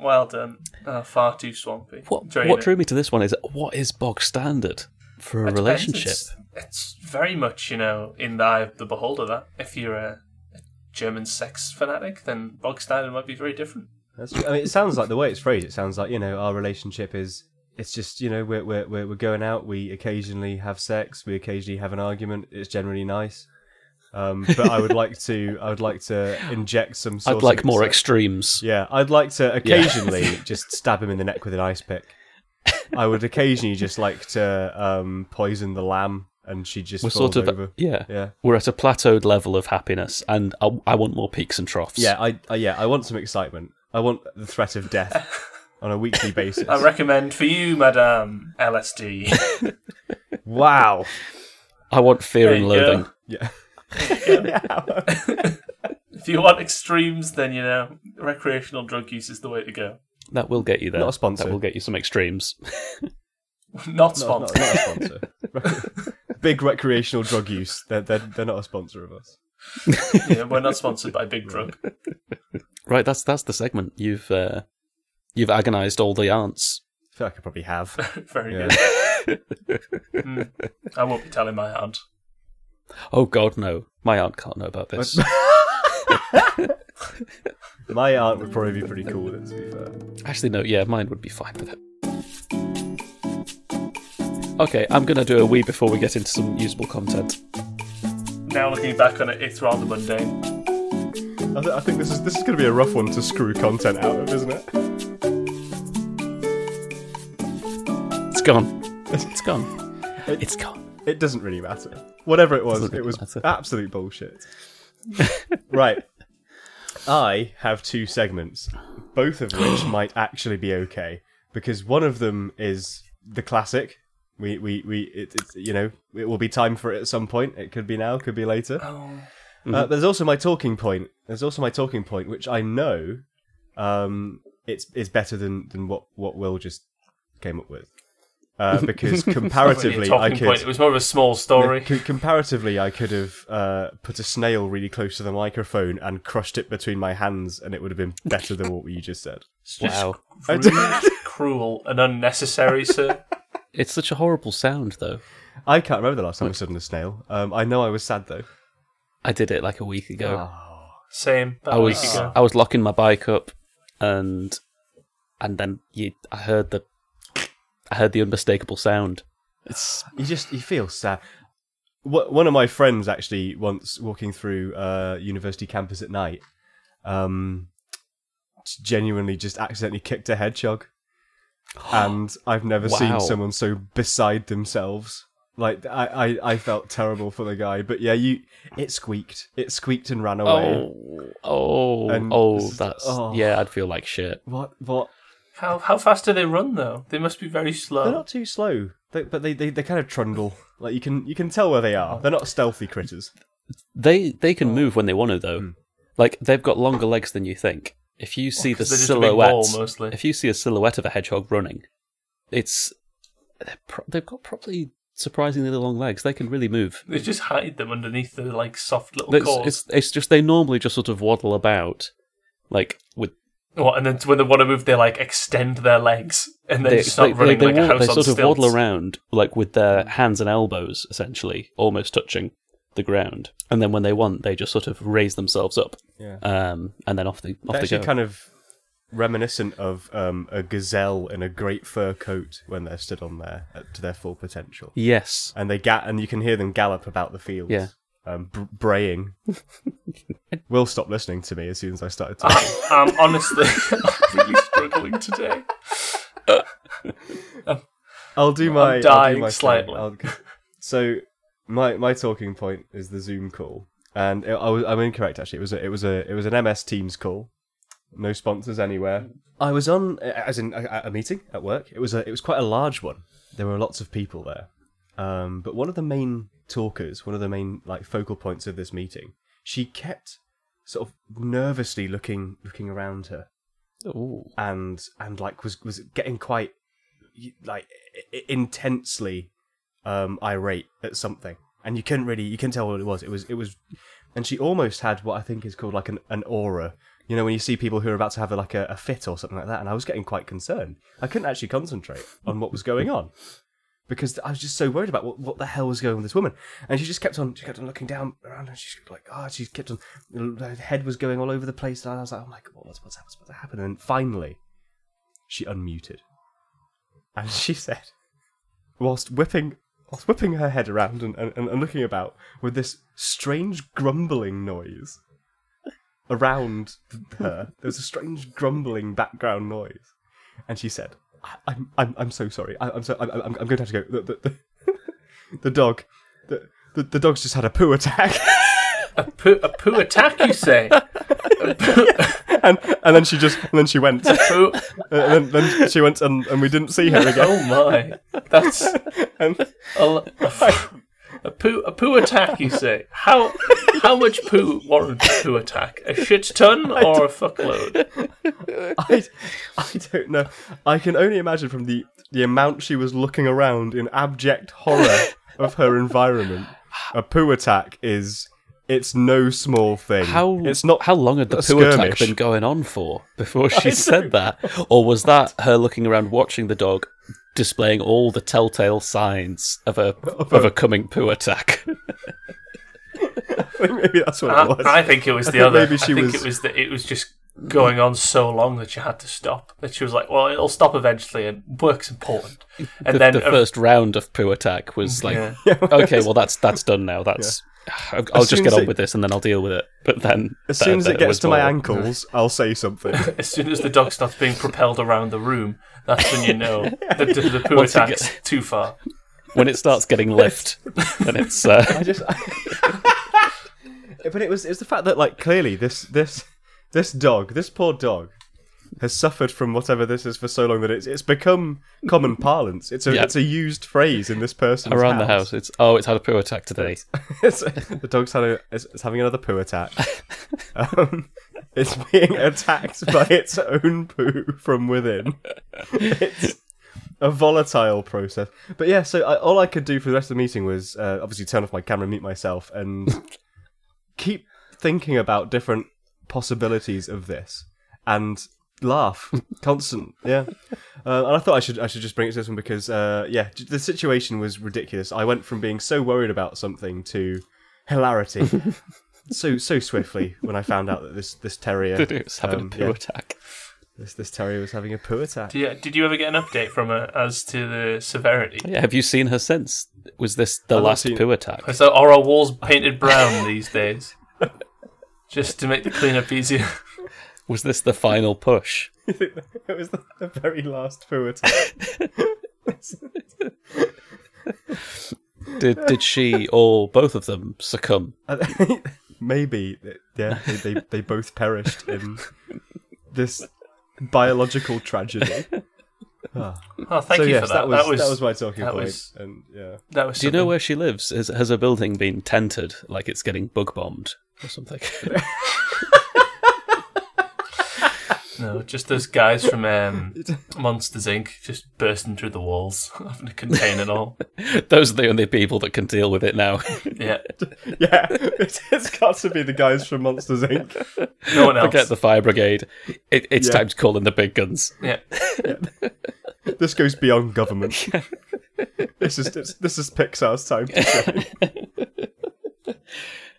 Well done. Uh, far too swampy.
What
Drain
what
it.
drew me to this one is what is bog standard for a
It depends.
relationship?
It's, it's very much, you know, in the eye of the beholder. That if you're a, a German sex fanatic, then bog standard might be very different.
That's true. I mean, it sounds like the way it's phrased. It sounds like you know our relationship is. It's just you know we're we're we're we're going out. We occasionally have sex. We occasionally have an argument. It's generally nice. Um, but I would like to I would like to inject some. Sort
I'd like
of,
more extremes.
Yeah, I'd like to occasionally just stab him in the neck with an ice pick. I would occasionally just like to um, poison the lamb, and she just
We're
falls
sort of
over.
yeah.
Yeah.
We're at a plateaued level of happiness, and I, I want more peaks and troughs.
Yeah, I, I yeah I want some excitement. I want the threat of death on a weekly basis.
I recommend for you, Madame LSD.
wow.
I want fear
There
and
you
loathing.
go.
Yeah.
if you want extremes, then you know recreational drug use is the way to go.
That will get you there.
Not a sponsor.
That will get you some extremes.
not,
Not
not,
sponsored.
not a sponsor. Rec- Big recreational drug use. They're, they're, they're not a sponsor of us.
You know, we're not sponsored by Big Drug.
Right, that's that's the segment. You've uh, you've agonised all the aunts.
I feel like I probably have.
Very
Yeah.
good. Mm. I won't be telling my aunt.
Oh God, no! My aunt can't know about this.
My aunt would probably be pretty cool with it, to be fair.
Actually, no. Yeah, mine would be fine with it. Okay, I'm gonna do a wee before we get into some usable content.
Now looking back on it, it's rather mundane.
I, th- I think this is this is going to be a rough one to screw content out of, isn't it?
It's gone. It's gone. It's gone.
It doesn't really matter. Whatever it was,
Doesn't
it was
matter.
absolute bullshit. right. I have two segments, both of which might actually be okay because one of them is the classic. We we we it, it's you know it will be time for it at some point. It could be now, could be later.
Oh,
Uh, there's also my talking point. There's also my talking point, which I know um, it's is better than than what what Will just came up with uh, because comparatively I
talking
could.
point. It was more of a small story.
Uh, Com- comparatively, I could have uh, put a snail really close to the microphone and crushed it between my hands, and it would have been better than what you just said.
It's just
Wow.
rude, cruel, and unnecessary, sir.
It's such a horrible sound, though.
I can't remember the last time I stood on a snail. Um, I know I was sad though.
I did it like a week ago.
Same. About
I
a
was
week ago.
I was locking my bike up, and and then you, I heard the I heard the unmistakable sound. It's
You just you feel sad. Wha- One of my friends actually once walking through uh, university campus at night, um, genuinely just accidentally kicked a hedgehog, and I've never
Wow.
seen someone so beside themselves. Like I, I, I felt terrible for the guy, but yeah, you it squeaked, it squeaked and ran away.
oh oh
And
oh
this is-
that's
oh.
yeah. I'd feel like shit.
What what?
How how fast do they run though? They must be very
They're
slow.
not too slow, they, but they, they they kind of trundle. Like you can you can tell where they are. They're not stealthy critters.
They they can move when they want to though. Like they've got longer legs than you think. If you see the
'cause they're just a big ball,
silhouette,
mostly.
if you see a silhouette of a hedgehog running, it's they're pro- they've got probably surprisingly long legs. They can really move.
They just hide them underneath the like soft little
It's,
cores.
it's it's just they normally just sort of waddle about, like with
What, and then when they want to move, they like extend their legs and then
they,
start
they,
running
they,
like
wa-
a house
they
on
sort of
stilts.
waddle around like with their hands and elbows essentially almost touching the ground, and then when they want, they just sort of raise themselves up,
Yeah.
um, and then off they off
They
they
actually
go.
kind of reminiscent of um, a gazelle in a great fur coat when they're stood on there uh, to their full potential.
Yes.
and they ga- and you can hear them gallop about the fields.
Yeah.
Um, br- braying. Will stop listening to me as soon as I started talking.
I- I'm honestly I'm really struggling today.
I'll do my. I'll do
dying
my thing.
slightly.
I'll g- so, my my talking point is the Zoom call, and it, I was, I'm incorrect actually. It was a, it was a it was an MS Teams call. No sponsors anywhere. I was on as in a, a meeting at work. It was a it was quite a large one. There were lots of people there, um, but one of the main talkers, one of the main like focal points of this meeting, she kept sort of nervously looking looking around her
Ooh.
and and like was was getting quite like i- i- intensely um irate at something and you couldn't really you couldn't tell what it was it was it was and she almost had what i think is called like an, an aura you know when you see people who are about to have like a, a fit or something like that and i was getting quite concerned i couldn't actually concentrate on what was going on because i was just so worried about what, what the hell was going on with this woman and she just kept on she kept on looking down around and she's like ah she kept on her head was going all over the place and i was like oh my god what's what's, what's about to happen and then finally she unmuted and she said, whilst whipping, whilst whipping her head around and, and, and looking about with this strange grumbling noise around her, there was a strange grumbling background noise, and she said, I, "I'm I'm I'm so sorry. I, I'm so I'm, I'm I'm going to have to go. The the, the, the dog, the, the the dog's just had a poo attack."
A poo, a poo attack, you say?
and and then she just and then she went and
Poo.
then, then she went and, and we didn't see her again.
Oh my, that's a,
And,
l- a poo a poo attack, you say? How how much poo warrants a poo attack? A shit ton or a fuckload?
I, I don't know. I can only imagine from the the amount she was looking around in abject horror of her environment. A poo attack is it's no small thing.
How
it's not
how long had the
a
poo attack
skirmish.
been going on for before she said that, or was that her looking around, watching the dog, displaying all the telltale signs of a of a coming poo attack?
maybe that's what it
Uh,
I,
was.
I think it was the
think
other.
maybe she
I think
was-
it was that it was just going on so long that she had to stop. That she was like, well, it'll stop eventually, and work's important. And
the,
then
the
uh,
first round of poo attack was like,
Yeah.
okay, well that's that's done now. That's I'll, I'll
As
just
soon
get
as
on
it-
with this and then I'll deal with it. But then
as soon as it gets to my
ankle.
ankles, I'll say something.
as soon as the dog starts being propelled around the room, that's when you know that the, the poo
Once it
attack's too far.
when it starts getting lift, then it's uh,
I just. but it was it's the fact that like clearly this this this dog this poor dog has suffered from whatever this is for so long that it's it's become common parlance. It's a
Yeah.
it's a used phrase in this person's
around the
house.
house. It's oh, it's had a poo attack today.
It's- the dog's had a, is, is having another poo attack. Um, it's being attacked by its own poo from within. It's a volatile process. But yeah, so I, all I could do for the rest of the meeting was uh, obviously turn off my camera, mute myself, and keep thinking about different possibilities of this and laugh constant yeah uh, and i thought i should i should just bring it to this one because uh yeah j- the situation was ridiculous i went from being so worried about something to hilarity so so swiftly when i found out that this this terrier
it's having
um,
a poo
yeah,
attack.
this, this terrier was having a poo attack
Do you- did you ever get an update from her as to the severity?
Yeah, have you seen her since? Was this the
I've not
last
seen-
poo attack?
So are our walls painted brown these days? Just to make the cleanup easier.
Was this the final push?
it was the, the very last poo attack
Did did she or both of them succumb?
maybe yeah they, they, they both perished in this biological tragedy Ah.
Oh, thank
so
you
yes,
for that.
that was
that was
my talking
that
point.
was-
and yeah,
that was
Do you know
something.
where she lives? Is, has her building been tented, like it's getting bug bombed or something?
No, just those guys from um, Monsters Inc. just bursting through the walls, having to contain it all.
Those are the only people that can deal with it now.
Yeah,
yeah, it's, it's got to be the guys from Monsters Inc.
no one else.
Forget the fire brigade. It, it's
Yeah.
time to call in the big guns.
Yeah,
This goes beyond government. this is it's, this is Pixar's time. To shine.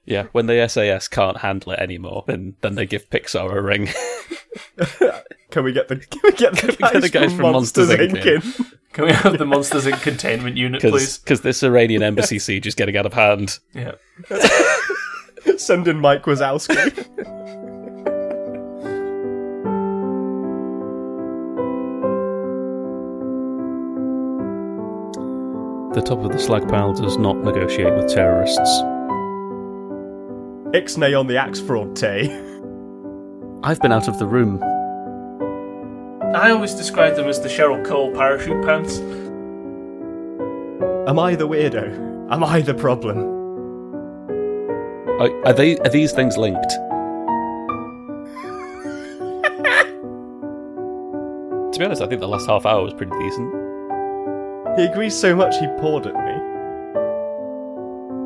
Yeah, when the SAS can't handle it anymore, then then they give Pixar a ring.
Can we get the can we get the,
we
guys,
get the guys
from,
from
Monsters,
Monsters, Inc.
Inc. in?
Can we have the monsters in containment unit, please?
because this Iranian embassy siege is getting out of hand.
Yeah.
Send in Mike Wazowski.
The top of the slag pile does not negotiate with terrorists.
Ixnay on the axe fraud tay.
I've been out of the room.
I always describe them as the Cheryl Cole parachute pants.
Am I the weirdo? Am I the problem?
Are, are they? Are these things linked? to be honest, I think the last half hour was pretty decent.
He agrees so much he poured at me.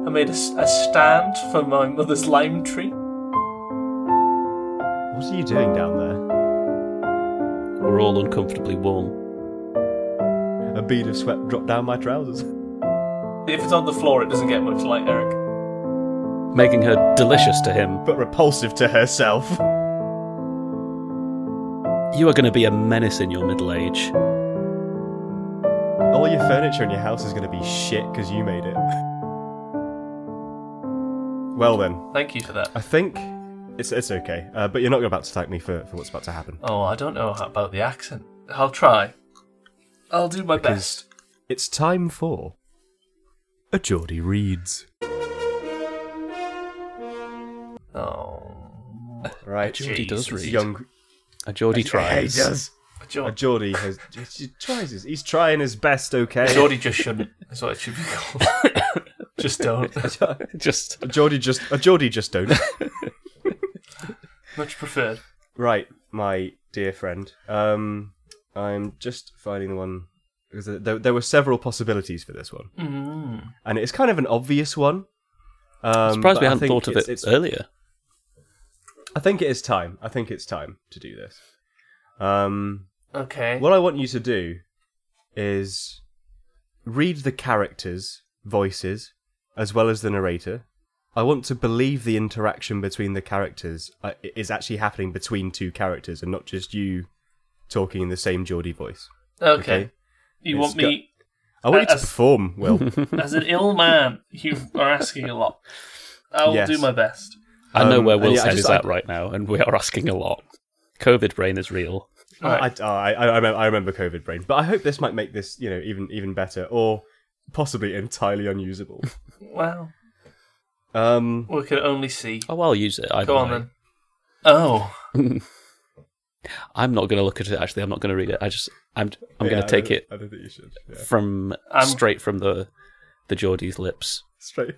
I made a, s- a stand for my mother's lime tree.
What are you doing down there?
We're all uncomfortably warm.
A bead of sweat dropped down my trousers.
If it's on the floor, it doesn't get much light, Eric.
Making her delicious to him.
But repulsive to herself.
You are going to be a menace in your middle age.
All your furniture in your house is going to be shit because you made it. Well then,
Thank you for that.
I think it's it's okay. Uh, but you're not about to thank me for, for what's about to happen.
Oh, I don't know about the accent. I'll try. I'll do my
Because-
best.
It's time for a Geordie reads.
Oh,
Right,
Geordie does Jesus. read.
Young
A Geordie
Yeah, he
tries.
does. A
Geordie,
Geordie has he tries his, he's trying his best. Okay,
Geordie just shouldn't. That's what it should be called. just don't.
Just
a Geordie just a Geordie just don't.
Much preferred.
right, my dear friend. Um, I'm just finding the one because there, there were several possibilities for this one,
Mm.
and it's kind of an obvious one. Um,
surprised
but
we
I
hadn't
think
thought of
it's-
it
it's-
earlier.
I think it is time. I think it's time to do this. Um,
Okay.
What I want you to do is read the characters' voices as well as the narrator. I want to believe the interaction between the characters uh, i- is actually happening between two characters and not just you talking in the same Geordie voice.
okay. You
It's
want me
I want you to
As-
perform well.
as an ill man? You are asking a lot. I will
Yes.
do my best.
I know
Um,
where
and
Will's
yeah, I
head
just-
is
I-
at right now, and we are asking a lot. COVID brain is real.
I, I, I, I remember, I remember COVID brain, but I hope this might make this you know even even better or possibly entirely unusable.
Well,
Um,
we can only see.
Oh, I'll use it. I
Go on then. Oh,
I'm not going to look at it. Actually, I'm not going to read it. I just, I'm, I'm
yeah,
going
I
to take
don't-
it
I don't think you should. Yeah.
from
I'm-
straight from the the Geordie's lips.
Straight.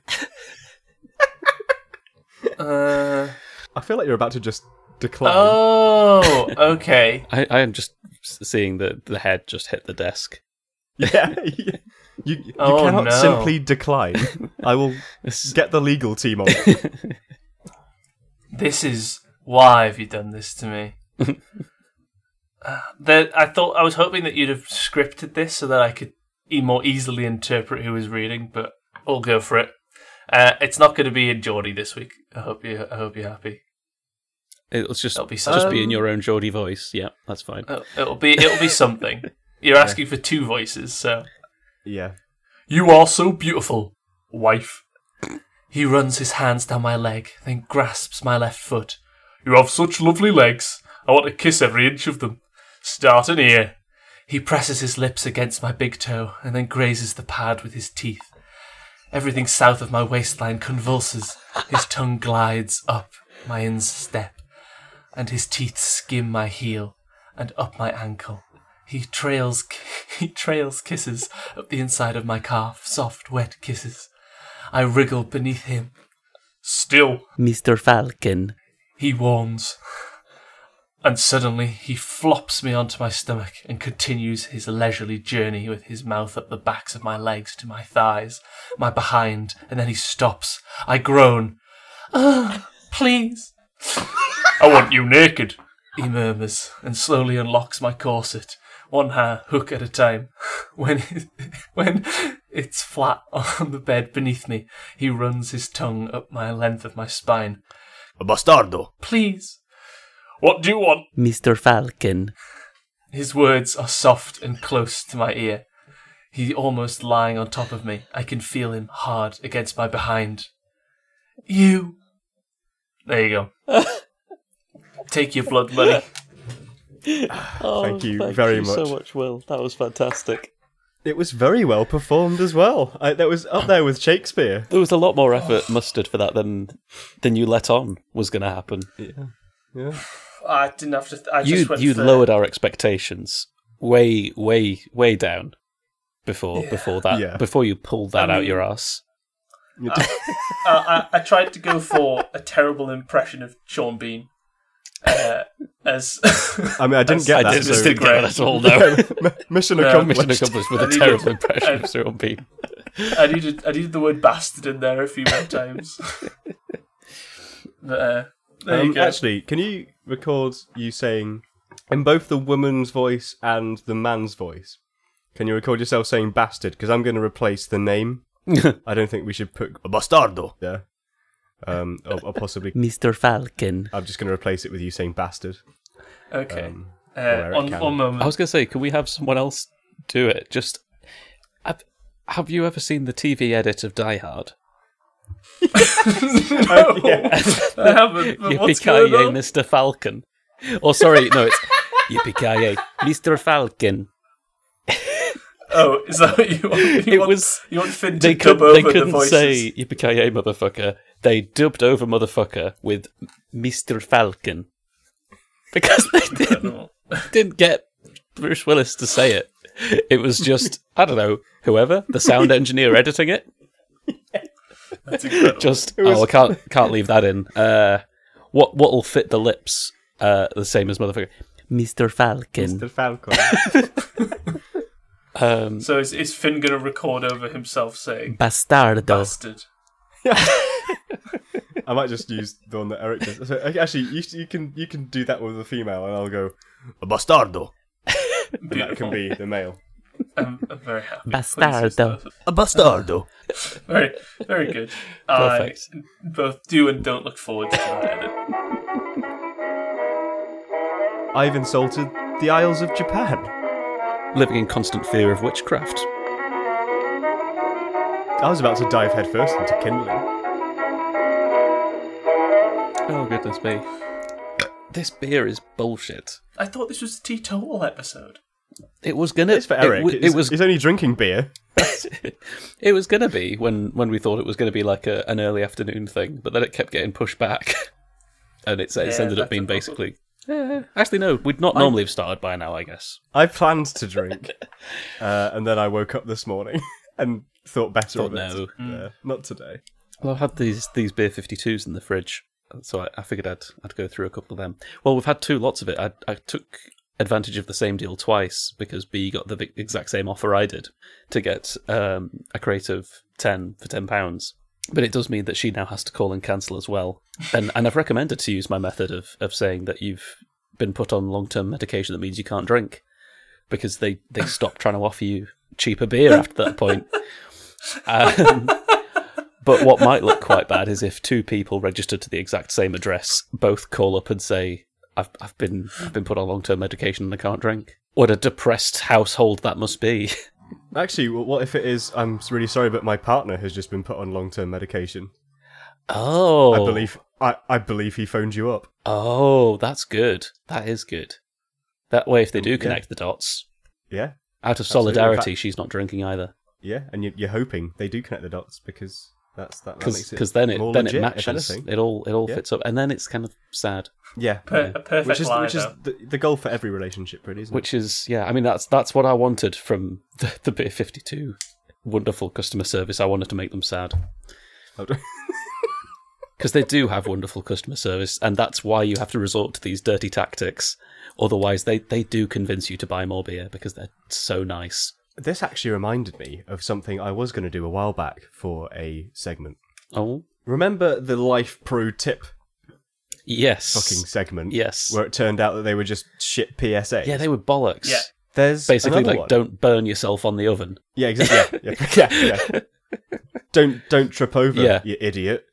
uh,
I feel like you're about to just decline.
oh, okay.
I, I am just s- seeing the the head just hit the desk.
Yeah. you you
Oh,
cannot
no.
simply decline. I will
This-
get the legal team on. it.
This is why have you done this to me? Uh, there, I thought I was hoping that you'd have scripted this so that I could e- more easily interpret who was reading, but I'll go for it. Uh, it's not going to be in Geordie this week. I hope you. I hope you're happy.
It'll just
That'll be
just be
something.
in your own Geordie voice. Yeah, that's fine.
Uh, It'll be. It'll be something. You're asking for two voices, so
Yeah.
you are so beautiful, wife. He runs his hands down my leg, then grasps my left foot. You have such lovely legs. I want to kiss every inch of them. Start an ear. He presses his lips against my big toe and then grazes the pad with his teeth. Everything south of my waistline convulses. His tongue glides up my instep, and his teeth skim my heel and up my ankle. He trails, he trails kisses up the inside of my calf, soft, wet kisses. I wriggle beneath him. Still,
Mister Falcon.
he warns. And suddenly he flops me onto my stomach and continues his leisurely journey with his mouth up the backs of my legs to my thighs, my behind, and then he stops. I groan. "Ah, please. I want you naked, he murmurs and slowly unlocks my corset, one hair hook at a time. When, it, when it's flat on the bed beneath me, he runs his tongue up my length of my spine
A bastardo.
please. What do you want?
Mr. Falcon.
His words are soft and close to my ear. He almost lying on top of me. I can feel him hard against my behind. You. There you go. Take your blood money.
Oh,
Thank you very
so
much.
much, Will. That was fantastic.
It was very well performed as well. I, that was up there with Shakespeare.
There was a lot more effort mustered for that than than you let on was going to happen.
Yeah.
I didn't have to. Th- I
you
just went
you
for-
lowered our expectations way way way down before before that
Yeah.
before you pulled that
I
out
mean-
your ass.
Uh, I, I, I tried to go for a terrible impression of Sean Bean uh, as
I mean, I didn't
I
get that.
did- just
so-
didn't get
at all. No,
M- mission
No.
accomplished.
mission accomplished with
I
a
needed-
terrible impression of Cyril B.
I needed I needed the word bastard in there a few more times. but, uh, there you
Um,
go.
actually, can you record you saying in both the woman's voice and the man's voice? Can you record yourself saying bastard? Because I'm going to replace the name. I don't think we should put bastardo there. Um, or, or possibly.
Mr. Falcon.
I'm just going to replace it with you saying bastard.
okay.
Um,
uh,
where it
on
can.
one
I
moment.
was going to say, can we have someone else do it? Just have, have you ever seen the TV edit of Die Hard?
no, I haven't. Oh, But what's going
Yippee-ki-yay,
on?
Mr. Falcon. Or sorry, no, it's yippee Mr. Falcon.
Oh, is that what you want? You
It
want,
was-
you want Finn to
They,
dub
could,
over
they
the
couldn't
voices.
say yippee motherfucker. They dubbed over motherfucker with Mr. Falcon because they didn't,
Oh,
didn't get Bruce Willis to say it. It was just I don't know whoever the sound engineer editing it.
That's incredible.
just oh, I can't can't leave that in. Uh, what what will fit the lips? Uh, the same as motherfucker, Mister Falcon.
Mr. Falcon.
Um,
So is, is Finn going to record over himself saying
bastardo.
bastard?
I might just use the one that Eric does. So, okay, actually, you, you can you can do that with the female, and I'll go bastardo. And that can be the male.
I'm, I'm very happy.
Bastardo.
A bastardo.
Very, very good.
Perfect.
I both do and don't look forward to that edit.
I've insulted the Isles of Japan.
Living in constant fear of witchcraft.
I was about to dive headfirst into kindling.
Oh goodness me! This beer is bullshit.
I thought this was a teetotal episode.
It was gonna.
It's for Eric.
It, w-
He's-
it was.
He's only drinking beer.
It was gonna be when when we thought it was gonna be like a, an early afternoon thing, but then it kept getting pushed back, and it's it's
Yeah,
ended
that's
up
a
being
problem.
basically. Eh, actually, no. We'd not normally have started by now, I guess.
I planned to drink, uh, and then I woke up this morning and thought better of
Thought
it.
no. Hmm.
Yeah, not today.
Well, I've had these these beer fifty twos in the fridge, so I, I figured I'd I'd go through a couple of them. Well, we've had two lots of it. I I took advantage of the same deal twice because B got the vi- exact same offer I did to get um, a crate of ten for ten pounds. But it does mean that she now has to call and cancel as well. And and I've recommended to use my method of of saying that you've been put on long term medication that means you can't drink because they they stop trying to offer you cheaper beer after that point. Um, but what might look quite bad is if two people registered to the exact same address both call up and say, "I've I've been I've been put on long term medication and I can't drink." What a depressed household that must be.
Actually, wh- what if it is? I'm s- really sorry, but my partner has just been put on long-term medication.
Oh,
I believe I, I believe he phoned you up.
Oh, that's good. That is good. That way, if they
Oh,
do
yeah.
connect the dots,
Yeah,
out
Absolutely.
of
In
solidarity,
fact-
she's not drinking either.
yeah, and you, you're hoping they do connect the dots because that's that, that makes it
Because then it
more
then
legit,
it
if
matches.
anything.
It all it all
Yeah.
fits up, and then it's kind of sad.
Yeah,
Per- A perfect
which is
lie,
which is
though.
the, the goal for every relationship, really, isn't it?
Which is yeah, I mean that's that's what I wanted from the, the Beer Fifty Two. Wonderful customer service. I wanted to make them sad
Oh, do-
because they do have wonderful customer service, and that's why you have to resort to these dirty tactics. Otherwise, they they do convince you to buy more beer because they're so nice.
This actually reminded me of something I was going to do a while back for a segment.
Oh
Remember the Life Pro tip
yes,
fucking segment?
yes.
Where it turned out that they were just shit PSA.
yeah, they were bollocks.
Yeah.
There's
Basically,
another
like
one.
don't burn yourself on the oven.
Yeah, exactly. Yeah, yeah, yeah. yeah. don't don't trip over,
Yeah.
you idiot.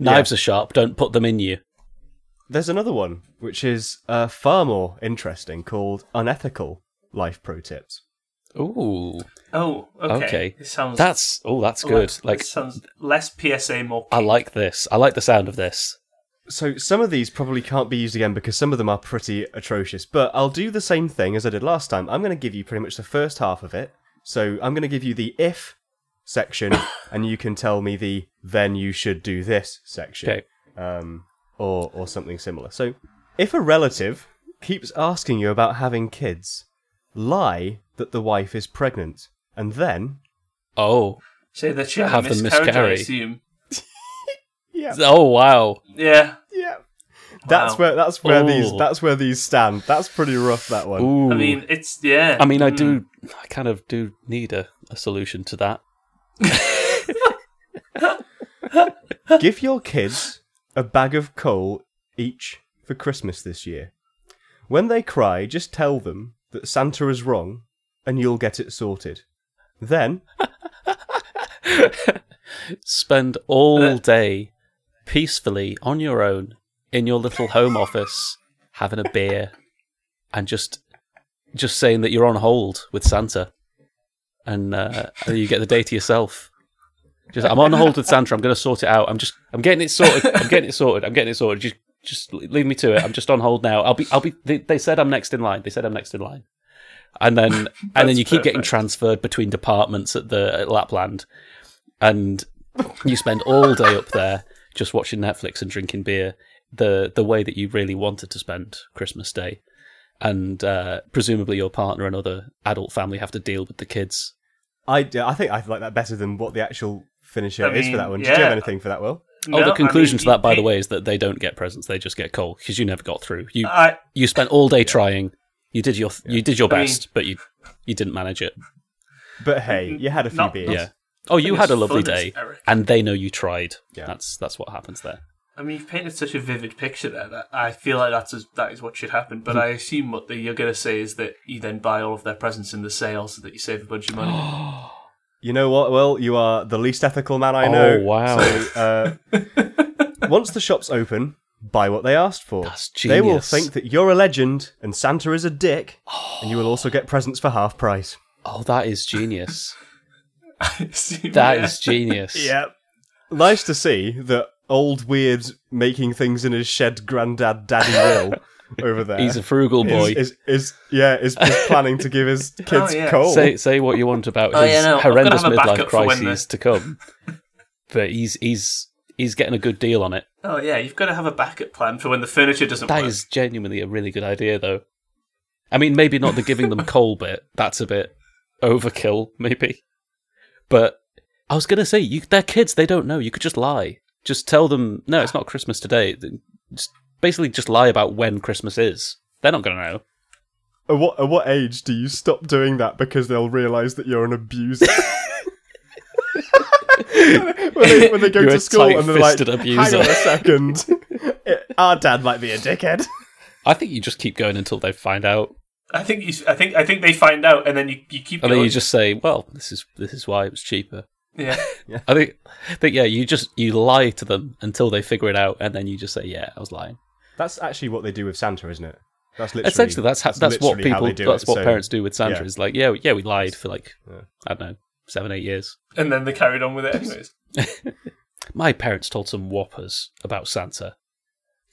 Knives are sharp. Don't put them in you.
There's another one which is uh, far more interesting called unethical life pro tips.
Ooh,
Oh, okay.
Okay.
It sounds
that's oh, that's good.
less-
Like
it sounds less PSA, more.
I like this. I like the sound of this.
So some of these probably can't be used again because some of them are pretty atrocious. But I'll do the same thing as I did last time. I'm going to give you pretty much the first half of it. So I'm going to give you the if section, and you can tell me the then you should do this section,
Okay.
um, or or something similar. So if a relative keeps asking you about having kids, lie that the wife is pregnant, and then
Oh,
Say that she had
Have
a
the
miscarriage, I
miscarry.
assume.
yeah,
oh wow.
Yeah.
yeah. That's
Wow.
where that's where these
Ooh.
that's where these stand. That's pretty rough. That one.
Ooh.
I mean, it's yeah.
I mean, I
Mm.
do. I kind of do need a, a solution to that.
Give your kids a bag of coal each for Christmas this year. When they cry, just tell them that Santa is wrong and you'll get it sorted. Then,
Spend all
Uh,
day peacefully on your own in your little home office, having a beer, and just just saying that you're on hold with Santa, and uh, and you get the day to yourself. Just, I'm on hold with Santa. I'm going to sort it out. I'm just. I'm getting it sorted. I'm getting it sorted. I'm getting it sorted. Just, just leave me to it. I'm just on hold now. I'll be. I'll be. They, they said I'm next in line. They said I'm next in line. And then, and then
That's
you keep getting
perfect.
transferred between departments at the at Lapland, and you spend all day up there just watching Netflix and drinking beer. The the way that you really wanted to spend Christmas Day, and uh, presumably your partner and other adult family have to deal with the kids
I, I think I like that better than what the actual finisher
I
is for
mean,
that one. Did you have
yeah.
anything for that, Will?
Mm, No,
Oh, the
I
conclusion
mean,
to that, by
you-
the way, is that they don't get presents; they just get coal because you never got through. You
I,
you spent all day trying. You did your you did your
Uh, I mean-
best, but you you didn't manage it.
But hey, you had a few
Not-
beers.
Yeah. Oh, you
it's
had a lovely
fun,
day,
it's Eric.
and they know you tried.
Yeah.
That's that's what happens there.
I mean, you've painted such a vivid picture there that I feel like that's as that is what should happen.
Mm-hmm.
But I assume what the, you're going to say is that you then buy all of their presents in the sale so that you save a bunch of money.
You know what, Will? You are the least ethical man I
Oh,
know.
wow.
So, uh, once the shop's open, buy what they asked for.
That's
They will
genius.
think that you're a legend and Santa is a dick, and you will also get presents for half price.
Oh, that is genius.
I assume,
That is
yeah.
genius.
Nice to see that old weird making things in his shed granddad daddy Will over there.
He's a frugal boy.
Is, is, is- yeah, is, is planning to give his kids
yeah.
coal.
Say say what you want about
Oh,
his
yeah, no, I've gotta
horrendous
have a
midlife
backup for when
crises to come, but he's he's he's getting a good deal on it.
Oh yeah, you've got to have a backup plan for when the furniture doesn't
That
work.
is genuinely a really good idea, though. I mean, maybe not the giving them coal bit. That's a bit overkill, maybe. But I was going to say, you, they're kids. They don't know. You could just lie. Just tell them, no, it's not Christmas today. Th- Just basically just lie about when Christmas is. They're not going to know.
At what at what age do you stop doing that because they'll realise that you're an abuser? when, they, when they go
You're
to
a
school and they're like,
tight-fisted
"Hang
abuser."
on a second, our dad might be a dickhead."
I think you just keep going until they find out,
I think you. I think. I think they find out, and then you, you keep.
and
going.
then you just say, "Well, this is this is why it was cheaper."
yeah.
I think, I think yeah, you just you lie to them until they figure it out, and then you just say, "Yeah, I was lying."
That's actually what they do with Santa, isn't it? That's literally
essentially that's ha- that's what
literally how
people
they do
that's
it,
what
so-
parents do with Santa
yeah.
is like yeah yeah we lied for like
Yeah.
I don't know seven eight years.
And then they carried on with it anyways.
My parents told some whoppers about Santa.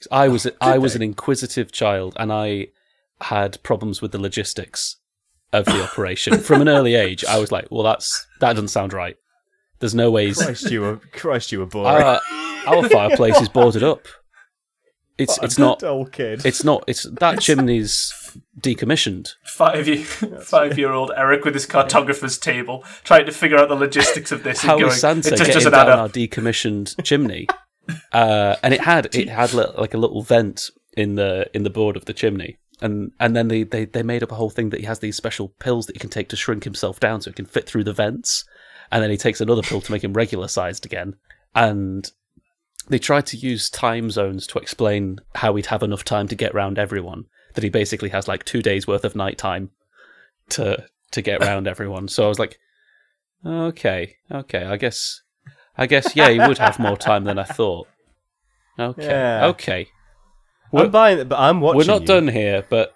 'Cause I
Oh,
was I was an inquisitive child and I had problems with the logistics of the operation from an early age. I was like, well that's that doesn't sound right. There's no ways.
Christ, you were Christ, you were boring.
Our, our fireplace is boarded up. It's
What a
it's not
dull kid.
it's not it's that chimney's decommissioned.
Five year five year old Eric with his cartographer's table trying to figure out the logistics of this.
How
and going,
was Santa
it just
getting
doesn't
down
add
our
up.
decommissioned chimney? Uh, and it had it had li- like a little vent in the in the board of the chimney, and and then they, they they made up a whole thing that he has these special pills that he can take to shrink himself down so he can fit through the vents, and then he takes another pill to make him regular sized again, and they tried to use time zones to explain how he'd have enough time to get round everyone. That he basically has like two days worth of night time to to get round everyone. So I was like, okay, okay, I guess, I guess, yeah, he would have more time than I thought. Okay,
Yeah.
okay.
I'm buying it, but I'm watching.
We're not
you.
done here, but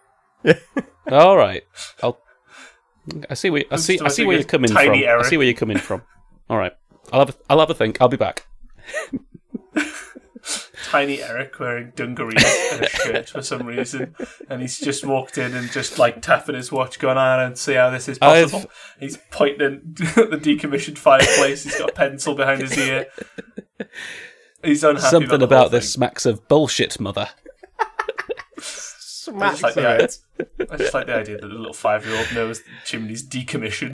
all right. I'll. I see where I
Oops,
see
so
I
I
see
think
where you're
it's
coming
tiny
from. I
error.
see where you're coming from. All right. I'll have a, I'll have a think. I'll be back.
Tiny Eric wearing dungarees and a shirt for some reason, and he's just walked in and just like tapping his watch, going, "I don't see how this is
I've-
possible." He's pointing at the decommissioned fireplace. He's got a pencil behind his ear. He's unhappy.
Something
about,
about,
the whole
this smacks of bullshit, mother.
thing. I
Smack
just, like the,
it.
idea- I just like the idea that the little five-year-old knows the chimney's decommissioned.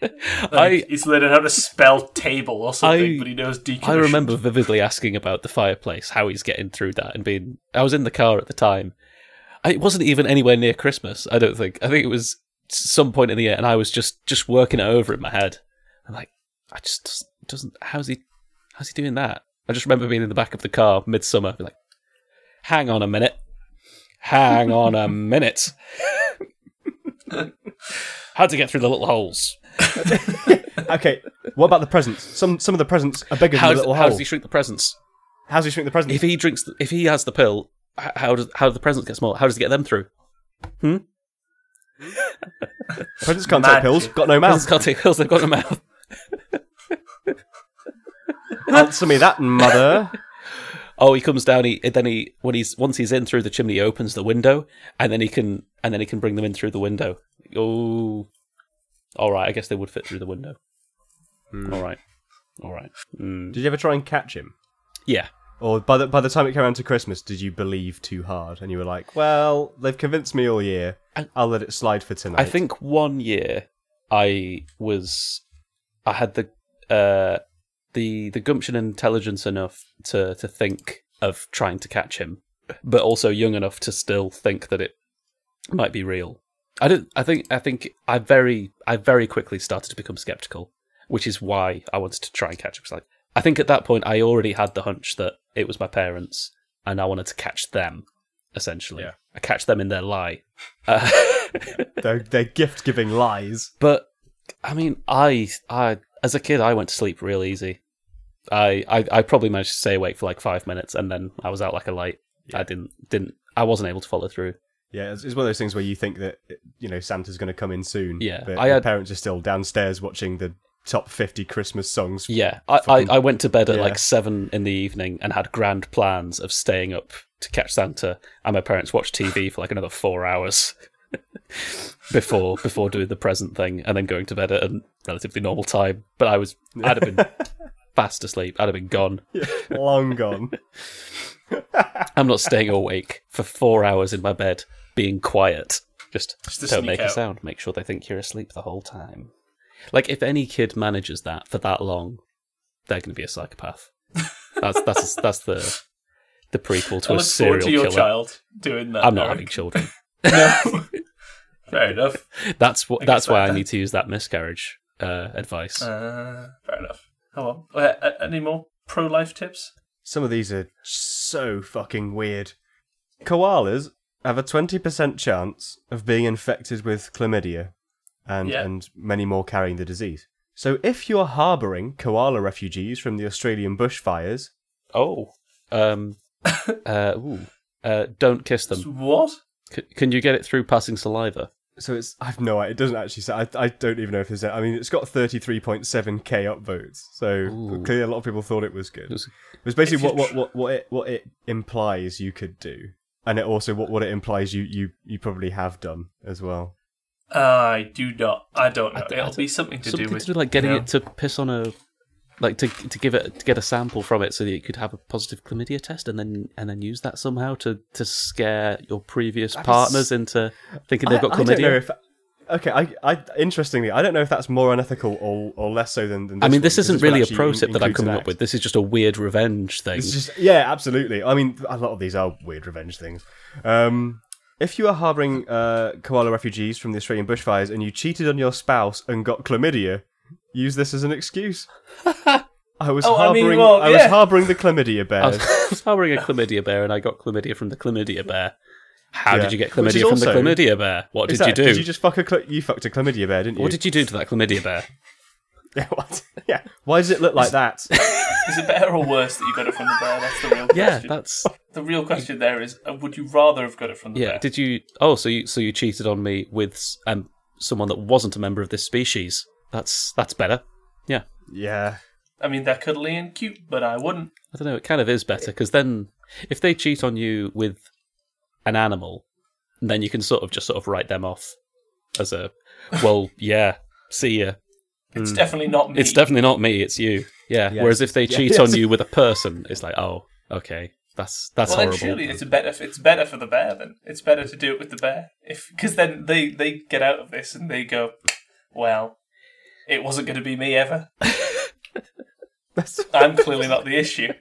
Like,
I
he's learning how to spell table or something,
I-
but he knows decommissioned.
I remember vividly asking about the fireplace, how he's getting through that, and being. I was in the car at the time. I, it wasn't even anywhere near Christmas. I don't think. I think it was some point in the year, and I was just just working it over in my head. I'm like, I just doesn't. doesn't how's he? How's he doing that? I just remember being in the back of the car midsummer, being like, hang on a minute, hang on a minute. How'd you get through the little holes?
Okay, what about the presents? Some some of the presents are bigger than
How's,
the little
how
hole.
does he shrink the presents?
How's he shrink the presents?
if he drinks, if he has the pill, h- how does how do the presents get smaller? How does he get them through?
presents can't
Magic.
take pills. Got no
Presents
mouth.
can't take pills; they've got no mouth.
Answer me that, mother.
Oh, he comes down. He then he when he's once he's in through the chimney, he opens the window, and then he can and then he can bring them in through the window. Oh, all right. I guess they would fit through the window. All right, all right. Mm.
Did you ever try and catch him?
Yeah,
Or by the by the time it came around to Christmas, did you believe too hard and you were like, "Well, they've convinced me all year. I'll let it slide for tonight."
I think one year I was I had the uh the the gumption and intelligence enough to to think of trying to catch him, but also young enough to still think that it might be real. I don't I think I think I very I very quickly started to become skeptical, which is why I wanted to try and catch him. 'Cause, Like I think at that point I already had the hunch that it was my parents and I wanted to catch them essentially.
Yeah.
I catch them in their lie. Uh,
they're, they're gift giving lies.
But I mean, I, I, as a kid, I went to sleep real easy. I, I, I probably managed to stay awake for like five minutes, and then I was out like a light. I didn't, didn't, I wasn't able to follow through.
Yeah, it's, it's one of those things where you think that you know Santa's going to come in soon.
Yeah,
but
I
your
had-
parents are still downstairs watching the top fifty Christmas songs.
Yeah, I, I,
Fucking-
I went to bed at
yeah.
like seven in the evening and had grand plans of staying up to catch Santa, and my parents watched TV for like another four hours before before doing the present thing, and then going to bed at a relatively normal time. But I was, I'd have been fast asleep. I'd have been gone.
long gone.
I'm not staying awake for four hours in my bed, being quiet. Just,
Just to
don't
sneak
make a
out.
sound. Make sure they think you're asleep the whole time. Like if any kid manages that for that long, they're going to be a psychopath. That's that's that's the the prequel to
I
a
look forward
serial
to your
killer.
child doing that.
I'm not
Eric.
having children.
Fair enough.
That's what.
I guess
That's why
that-
I need to use that miscarriage uh, advice.
Uh, fair enough. Oh well. Uh, a- any more pro life tips?
Some of these are so fucking weird. Koalas have a 20% chance of being infected with chlamydia and,
Yeah.
and many more carrying the disease. So if you're harbouring koala refugees from the Australian bushfires,
oh, um, uh, ooh, uh, don't kiss them.
What?
C- can you get it through passing saliva?
so it's I've no idea. It doesn't actually say. I, I don't even know if there's. a- I mean, it's got 33.7k upvotes. So
Ooh.
clearly, a lot of people thought it was good.
It was-
It was basically
If
what
you
what,
tr-
what what it what it implies you could do, and it also what what it implies you you you probably have done as well.
I do not. I don't know.
I d- I
It'll
d-
be something to
something
do with
to do like getting
you know,
it to piss on a like to to give it to get a sample from it so that you could have a positive chlamydia test and then and then use that somehow to to scare your previous partners into thinking they've got
I, I don't know
chlamydia.
if. Okay, I, I interestingly, I don't know if that's more unethical or or less so than. than
I,
this
mean,
one,
this
'cause
isn't
one
really a
actually
pro
in-
tip that I'm
includes an
coming up
act.
with. This is just a weird revenge thing.
It's just yeah, absolutely. I mean, a lot of these are weird revenge things. Um, if you are harbouring uh, koala refugees from the Australian bushfires and you cheated on your spouse and got chlamydia, use this as an excuse. I was
Oh, I mean,
harbouring. I, was
well, yeah.
harbouring the chlamydia
I
bears.
was, Uh, I was harbouring a chlamydia bear and I got chlamydia from the chlamydia bear. How
Yeah.
did you get
Which is
chlamydia from the
also-
chlamydia bear? What did
Is that-
you do?
Did you just fuck a chla- you fucked a chlamydia bear, didn't you?
What did you do to that chlamydia bear?
Yeah, what? Yeah. Why does it look like that?
Is it better or worse that you got it from the bear? That's the real
Yeah,
question.
that's
the real question there is: uh, Would you rather have got it from the
yeah.
bear?
Did you? Oh, so you so you cheated on me with s- um someone that wasn't a member of this species. That's that's better. Yeah,
yeah.
I mean, they're cuddly and cute, but I wouldn't.
I don't know. It kind of is better because then if they cheat on you with an animal, then you can sort of just sort of write them off as a well, yeah, see ya.
It's definitely not me.
Hmm. It's definitely not me. It's you. Yeah.
Yes.
Whereas if they
Yeah.
cheat
Yes.
on you with a person, it's like oh, okay, that's that's
well, then
horrible.
surely it's better. It's better for the bear. Then it's better to do it with the bear, if because then they they get out of this and they go, well, it wasn't going to be me ever.
That's-
I'm clearly not the issue.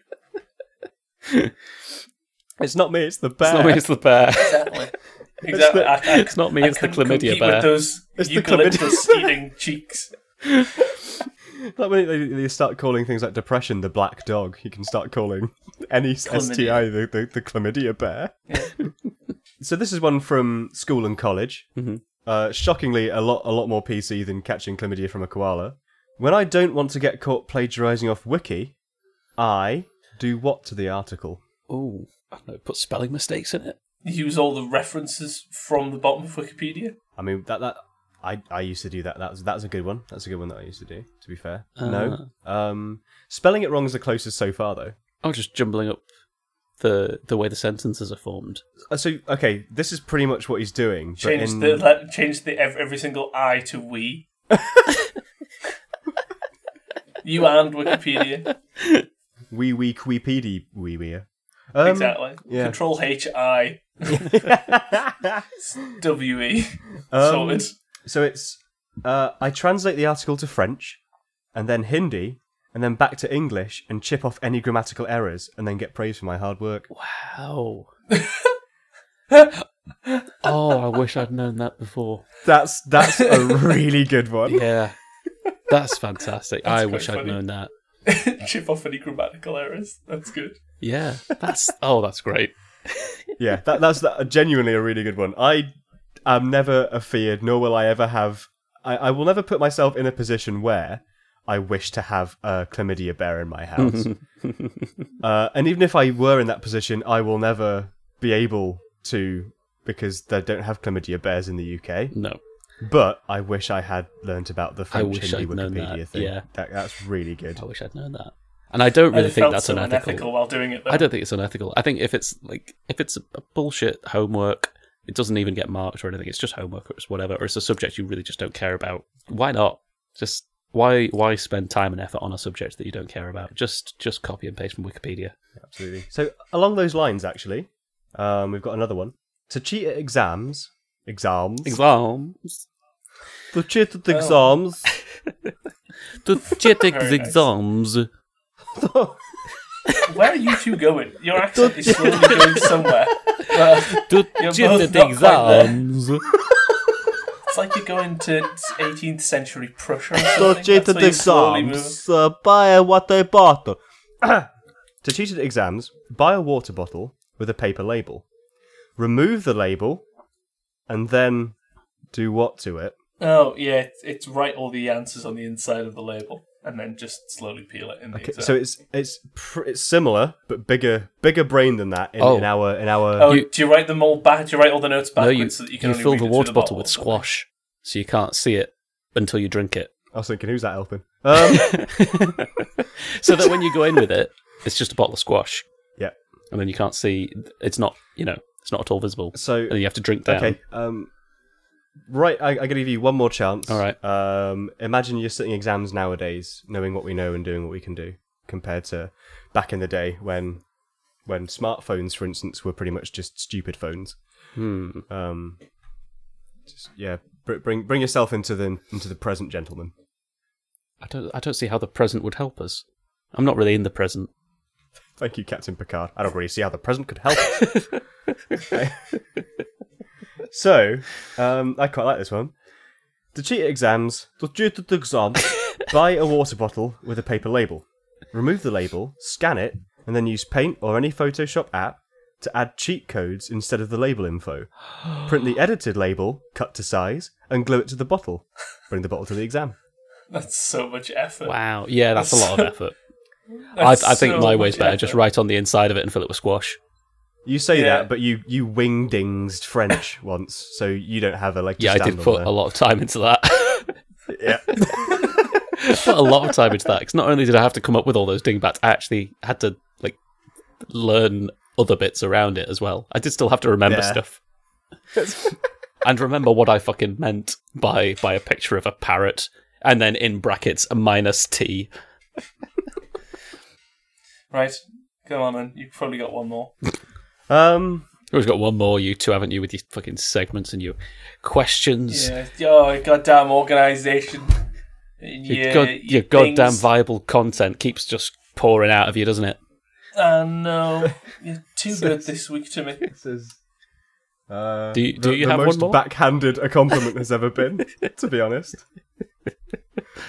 It's not me. It's the bear.
It's not me. It's the bear.
Exactly. Exactly.
the-
I, I,
It's not me. It's the
couldn't compete
chlamydia bear.
With those
It's the
eucalyptus eating cheeks.
Like when they, they start calling things like depression the black dog, you can start calling any STI the, the, the chlamydia bear. so this is one from school and college.
Mhm.
Uh, shockingly, a lot a lot more PC than catching chlamydia from a koala. When I don't want to get caught plagiarizing off Wiki, I do what to the article?
Oh, I don't know, put spelling mistakes in it.
Use all the references from the bottom of Wikipedia.
I mean that that I, I used to do that. That's that's a good one. That's a good one that I used to do. To be fair, no. Um, spelling it wrong is the closest so far though.
Oh, just jumbling up the the way the sentences are formed.
Uh, So okay, this is pretty much what he's doing. but
Change
in-
the like, change the ev- every single I to we. you and Wikipedia
wee wee queepedy wee wee. Um,
exactly.
yeah.
Control H I W E.
Um,
Sorted.
So it's uh, I translate the article to French, and then Hindi, and then back to English, and chip off any grammatical errors, and then get praise for my hard work.
Wow. oh, I wish I'd known that before.
That's that's a really good one.
Yeah. That's fantastic. I
quite
wish I'd
funny.
known that.
Chip off any grammatical errors. That's good.
Yeah. That's oh, that's great.
Yeah, that, that's that, genuinely a really good one. I am never afeared, nor will I ever have. I, I will never put myself in a position where I wish to have a chlamydia bear in my house. uh, and even if I were in that position, I will never be able to because they don't have chlamydia bears in the UK.
No.
But I wish I had learnt about the French
wish
Hindi
I'd known
Wikipedia
that,
thing.
yeah.
That, that's really good.
I wish I'd known that. And I don't really
it
think
felt
that's
so
unethical.
unethical while doing it. Though.
I don't think it's unethical. I think if it's like if it's a bullshit homework, it doesn't even get marked or anything. It's just homework or it's whatever, or it's a subject you really just don't care about. Why not? Just why why spend time and effort on a subject that you don't care about? Just just copy and paste from Wikipedia.
Absolutely. So along those lines, actually, um, we've got another one. To cheat at exams, exams,
Exams.
to cheat at exams.
To cheat
Very nice.
exams.
Where are you two going? Your accent is slowly going somewhere. But
To
You're
cheat
both not quite there.
exams.
it's like you're going to 18th century Prussia. Or
to
something.
cheat
That's
at
how you slowly
exams, uh, buy what I bought. to cheat at exams, buy a water bottle with a paper label, remove the label, and then do what to it?
move. Oh yeah, it's, it's write all the answers on the inside of the label and then just slowly peel it in the
Okay,
exam.
so it's it's pr- it's similar but bigger bigger brain than that in,
Oh.
in our in our
Oh,
you-
do you write them all back? Do you write all the notes
No,
backwards
you,
so that you
you,
can only
fill
read
the
it through
water
the
bottle with
bottle?
squash, so you can't see it until you drink it.
I was thinking who's that helping? Um,
so that when you go in with it, it's just a bottle of squash.
Yeah.
And then you can't see. It's not, you know, it's not at all visible.
so
And you have to drink down.
Okay. Um, right, I, I'm going to give you one more chance.
All right.
Um, imagine you're sitting exams nowadays, knowing what we know and doing what we can do, compared to back in the day when when smartphones, for instance, were pretty much just stupid phones.
Hmm.
Um, just yeah, br- bring bring yourself into the into the present, gentlemen.
I don't. I don't see how the present would help us. I'm not really in the present.
Thank you, Captain Picard. I don't really see how the present could help. us. Okay. so, um, I quite like this one. To cheat at exams, to cheat at exams, buy a water bottle with a paper label. Remove the label, scan it, and then use Paint or any Photoshop app to add cheat codes instead of the label info. Print the edited label, cut to size, and glue it to the bottle. Bring the bottle to the exam.
That's so much effort.
Wow. Yeah, that's a lot of effort. I,
That's
I think
so
my way's
much
better.
effort.
Just write on the inside of it and fill it with squash.
You say
Yeah.
that, but you you wingdinged French once, so you don't have a leg. To
Yeah, I
stand
did
on
put
there.
a lot of time into that.
Yeah.
put a lot of time into that because not only did I have to come up with all those dingbats, I actually had to like learn other bits around it as well. I did still have to remember
Yeah.
stuff and remember what I fucking meant by by a picture of a parrot and then in brackets a minus t.
Right, come on then. You've probably got one more.
um.
You've always got one more, you two, haven't you, with your fucking segments and your questions,
Yeah, your goddamn organisation.
your,
Yeah,
god- your goddamn
things.
viable content keeps just pouring out of you, doesn't it?
I know. You're too good this week to me.
This is. Uh,
Do you- do
the,
you
the
have
most
one more?
backhanded a compliment has ever been, to be honest.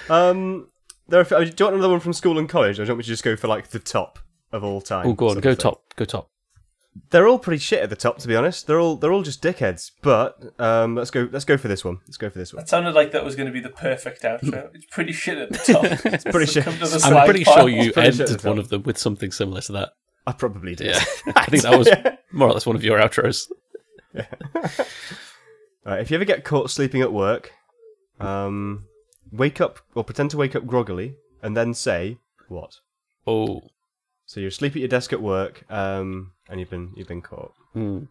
Um, there are, a few- do you want another one from school and college, or do you want me to just go for like the top of all time?
Oh, go on,
sort of
go
thing?
top, go top.
They're all pretty shit at the top, to be honest. They're all they're all just dickheads. But um, let's go let's go for this one. Let's go for this one.
That sounded like that was going to be the perfect outro. It's pretty shit at the top. it's
pretty shit.
Come to the
I'm
slide
pretty
pile.
sure
pretty
you
sure
ended
it's not.
one of them with something similar to that.
I probably did.
Yeah, I think that was more or less one of your outros.
All right, if you ever get caught sleeping at work, um, wake up or pretend to wake up groggily, and then say what?
Oh,
So you're asleep at your desk at work, um, and you've been you've been caught.
hmm.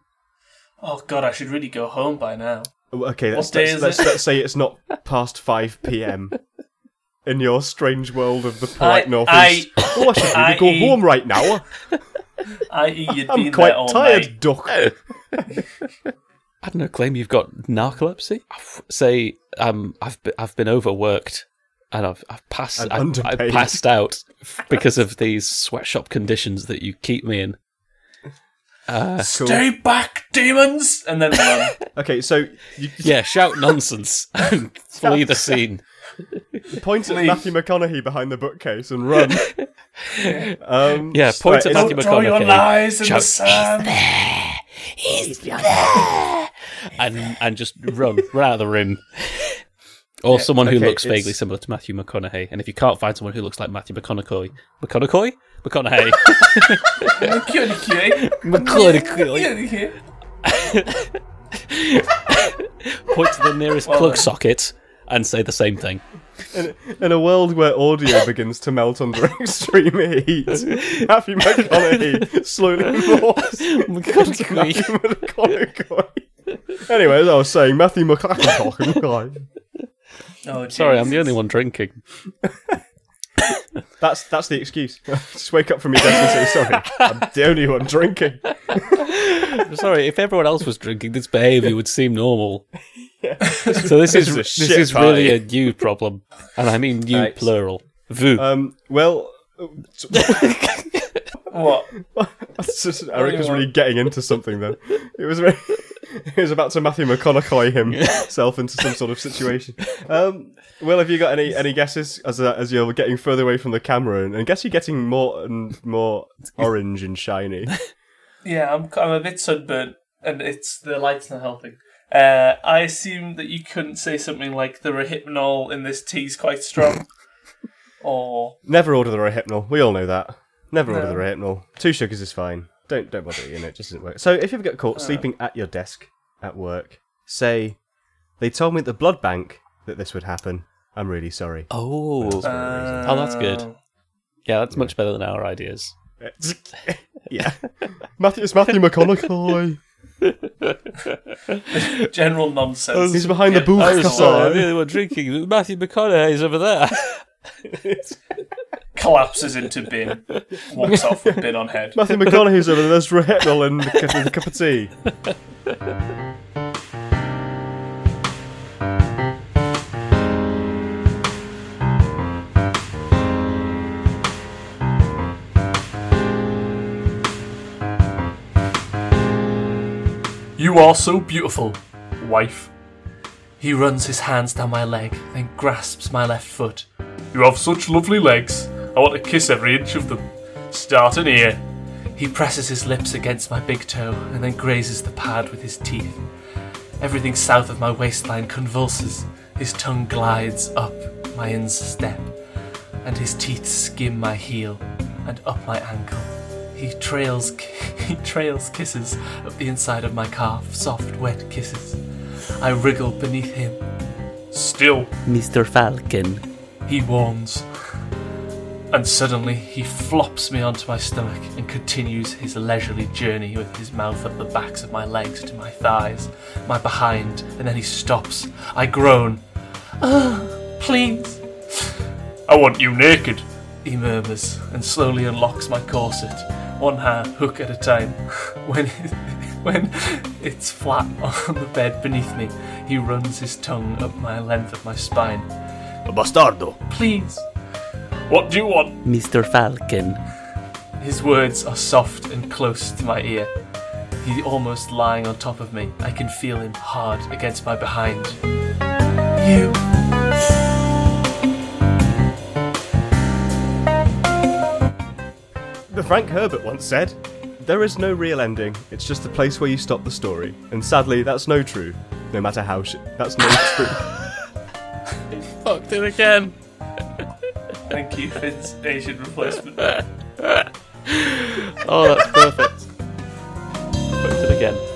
Oh god, I should really go home by now.
Oh, Okay, let's
What day
let's,
is
let's,
it?
let's say it's not past five p.m. in your strange world of the polite
I-
northeast. oh, I should
I-
really go home right now.
I.e., E, you'd
I'm
been there
quite
all
tired,
night.
duck.
I don't know. Claim you've got narcolepsy. Say, um, I've be- I've been overworked, and I've I've passed
And
I've, I've
underpaid.
passed out because of these sweatshop conditions that you keep me in. Uh,
Cool.
Stay back, demons! And then run.
Okay, so you
yeah, shout nonsense and flee the scene.
point at
Please.
Matthew McConaughey behind the bookcase and run. um,
Yeah,
so-
point at
it's-
Matthew
Don't draw your
McConaughey.
lies in the
Chuck-
sand.
and and just run run out of the room. Or someone who
okay,
looks vaguely
it's-
similar to Matthew McConaughey. And if you can't find someone who looks like Matthew McConaughey, McConaughey, McConaughey,
McConaughey.
McConaughey,
McConaughey.
point to the nearest
Well
plug
done.
socket and say the same thing.
In a world where audio begins to melt under extreme heat, Matthew McConaughey slowly morphs into Matthew
McConaughey.
McConaughey. Anyway, as I was saying, Matthew McConaughey.
Oh,
Sorry, I'm
Jesus.
the only one drinking.
That's that's the excuse. Just wake up from your desk and say, "Sorry, I'm the only one drinking."
Sorry, if everyone else was drinking, this behaviour would seem normal. So this,
This
is
is a
this
shit
is really a you problem, and I mean you
Right.
plural. Vu.
Um, well,
What?
that's just- Eric was
Anyone.
really getting into something then. It was very, it was about to Matthew McConaughey himself into some sort of situation. Um, Will, have you got any any guesses as uh, as you're getting further away from the camera and, and guess you're getting more and more orange and shiny?
Yeah, I'm, I'm a bit sunburnt, and it's the light's not helping. Uh, I assume that you couldn't say something like the rehypnol in this tea's quite strong, or
Never order the Rohypnol. We all know that. Never order
No.
the Rohypnol. Two sugars is fine. Don't don't bother eating it. It just doesn't work. So if you ever get caught sleeping at your desk at work, say, "They told me at the blood bank that this would happen. I'm really sorry."
oh,
uh,
Oh, that's good. yeah, that's much better than our ideas.
yeah, Matthew. It's Matthew McConaughey.
General nonsense.
He's behind the
Yeah,
booth.
I
I'm
was
sorry, I'm
Sorry.
the only one drinking. Matthew McConaughey's over there.
collapses into bin, walks off with bin on head.
Matthew McConaughey's over there. There's Rohypnol and a cup- and a cup of tea.
You are so beautiful, wife. He runs his hands down my leg, then grasps my left foot. You have such lovely legs. I want to kiss every inch of them. Start in here. He presses his lips against my big toe and then grazes the pad with his teeth. Everything south of my waistline convulses. His tongue glides up. Mayan's step, and his teeth skim my heel and up my ankle. He trails, he trails kisses up the inside of my calf, soft, wet kisses. I wriggle beneath him. Still,
Mr. Falcon.
he warns. And suddenly he flops me onto my stomach and continues his leisurely journey with his mouth up the backs of my legs to my thighs, my behind, and then he stops. I groan. Ah, please. I want you naked, he murmurs and slowly unlocks my corset, one hand hook at a time. When when it's flat on the bed beneath me, he runs his tongue up my length of my spine.
Bastardo.
Please. What do you want?
Mr. Falcon.
His words are soft and close to my ear. He almost lying on top of me. I can feel him hard against my behind. You.
The Frank Herbert once said, There is no real ending, it's just the place where you stop the story. And sadly, that's no true. No matter how sh- that's no true.
Fucked it again.
Thank you, Finn's Asian replacement.
Oh, that's perfect. Fucked it again.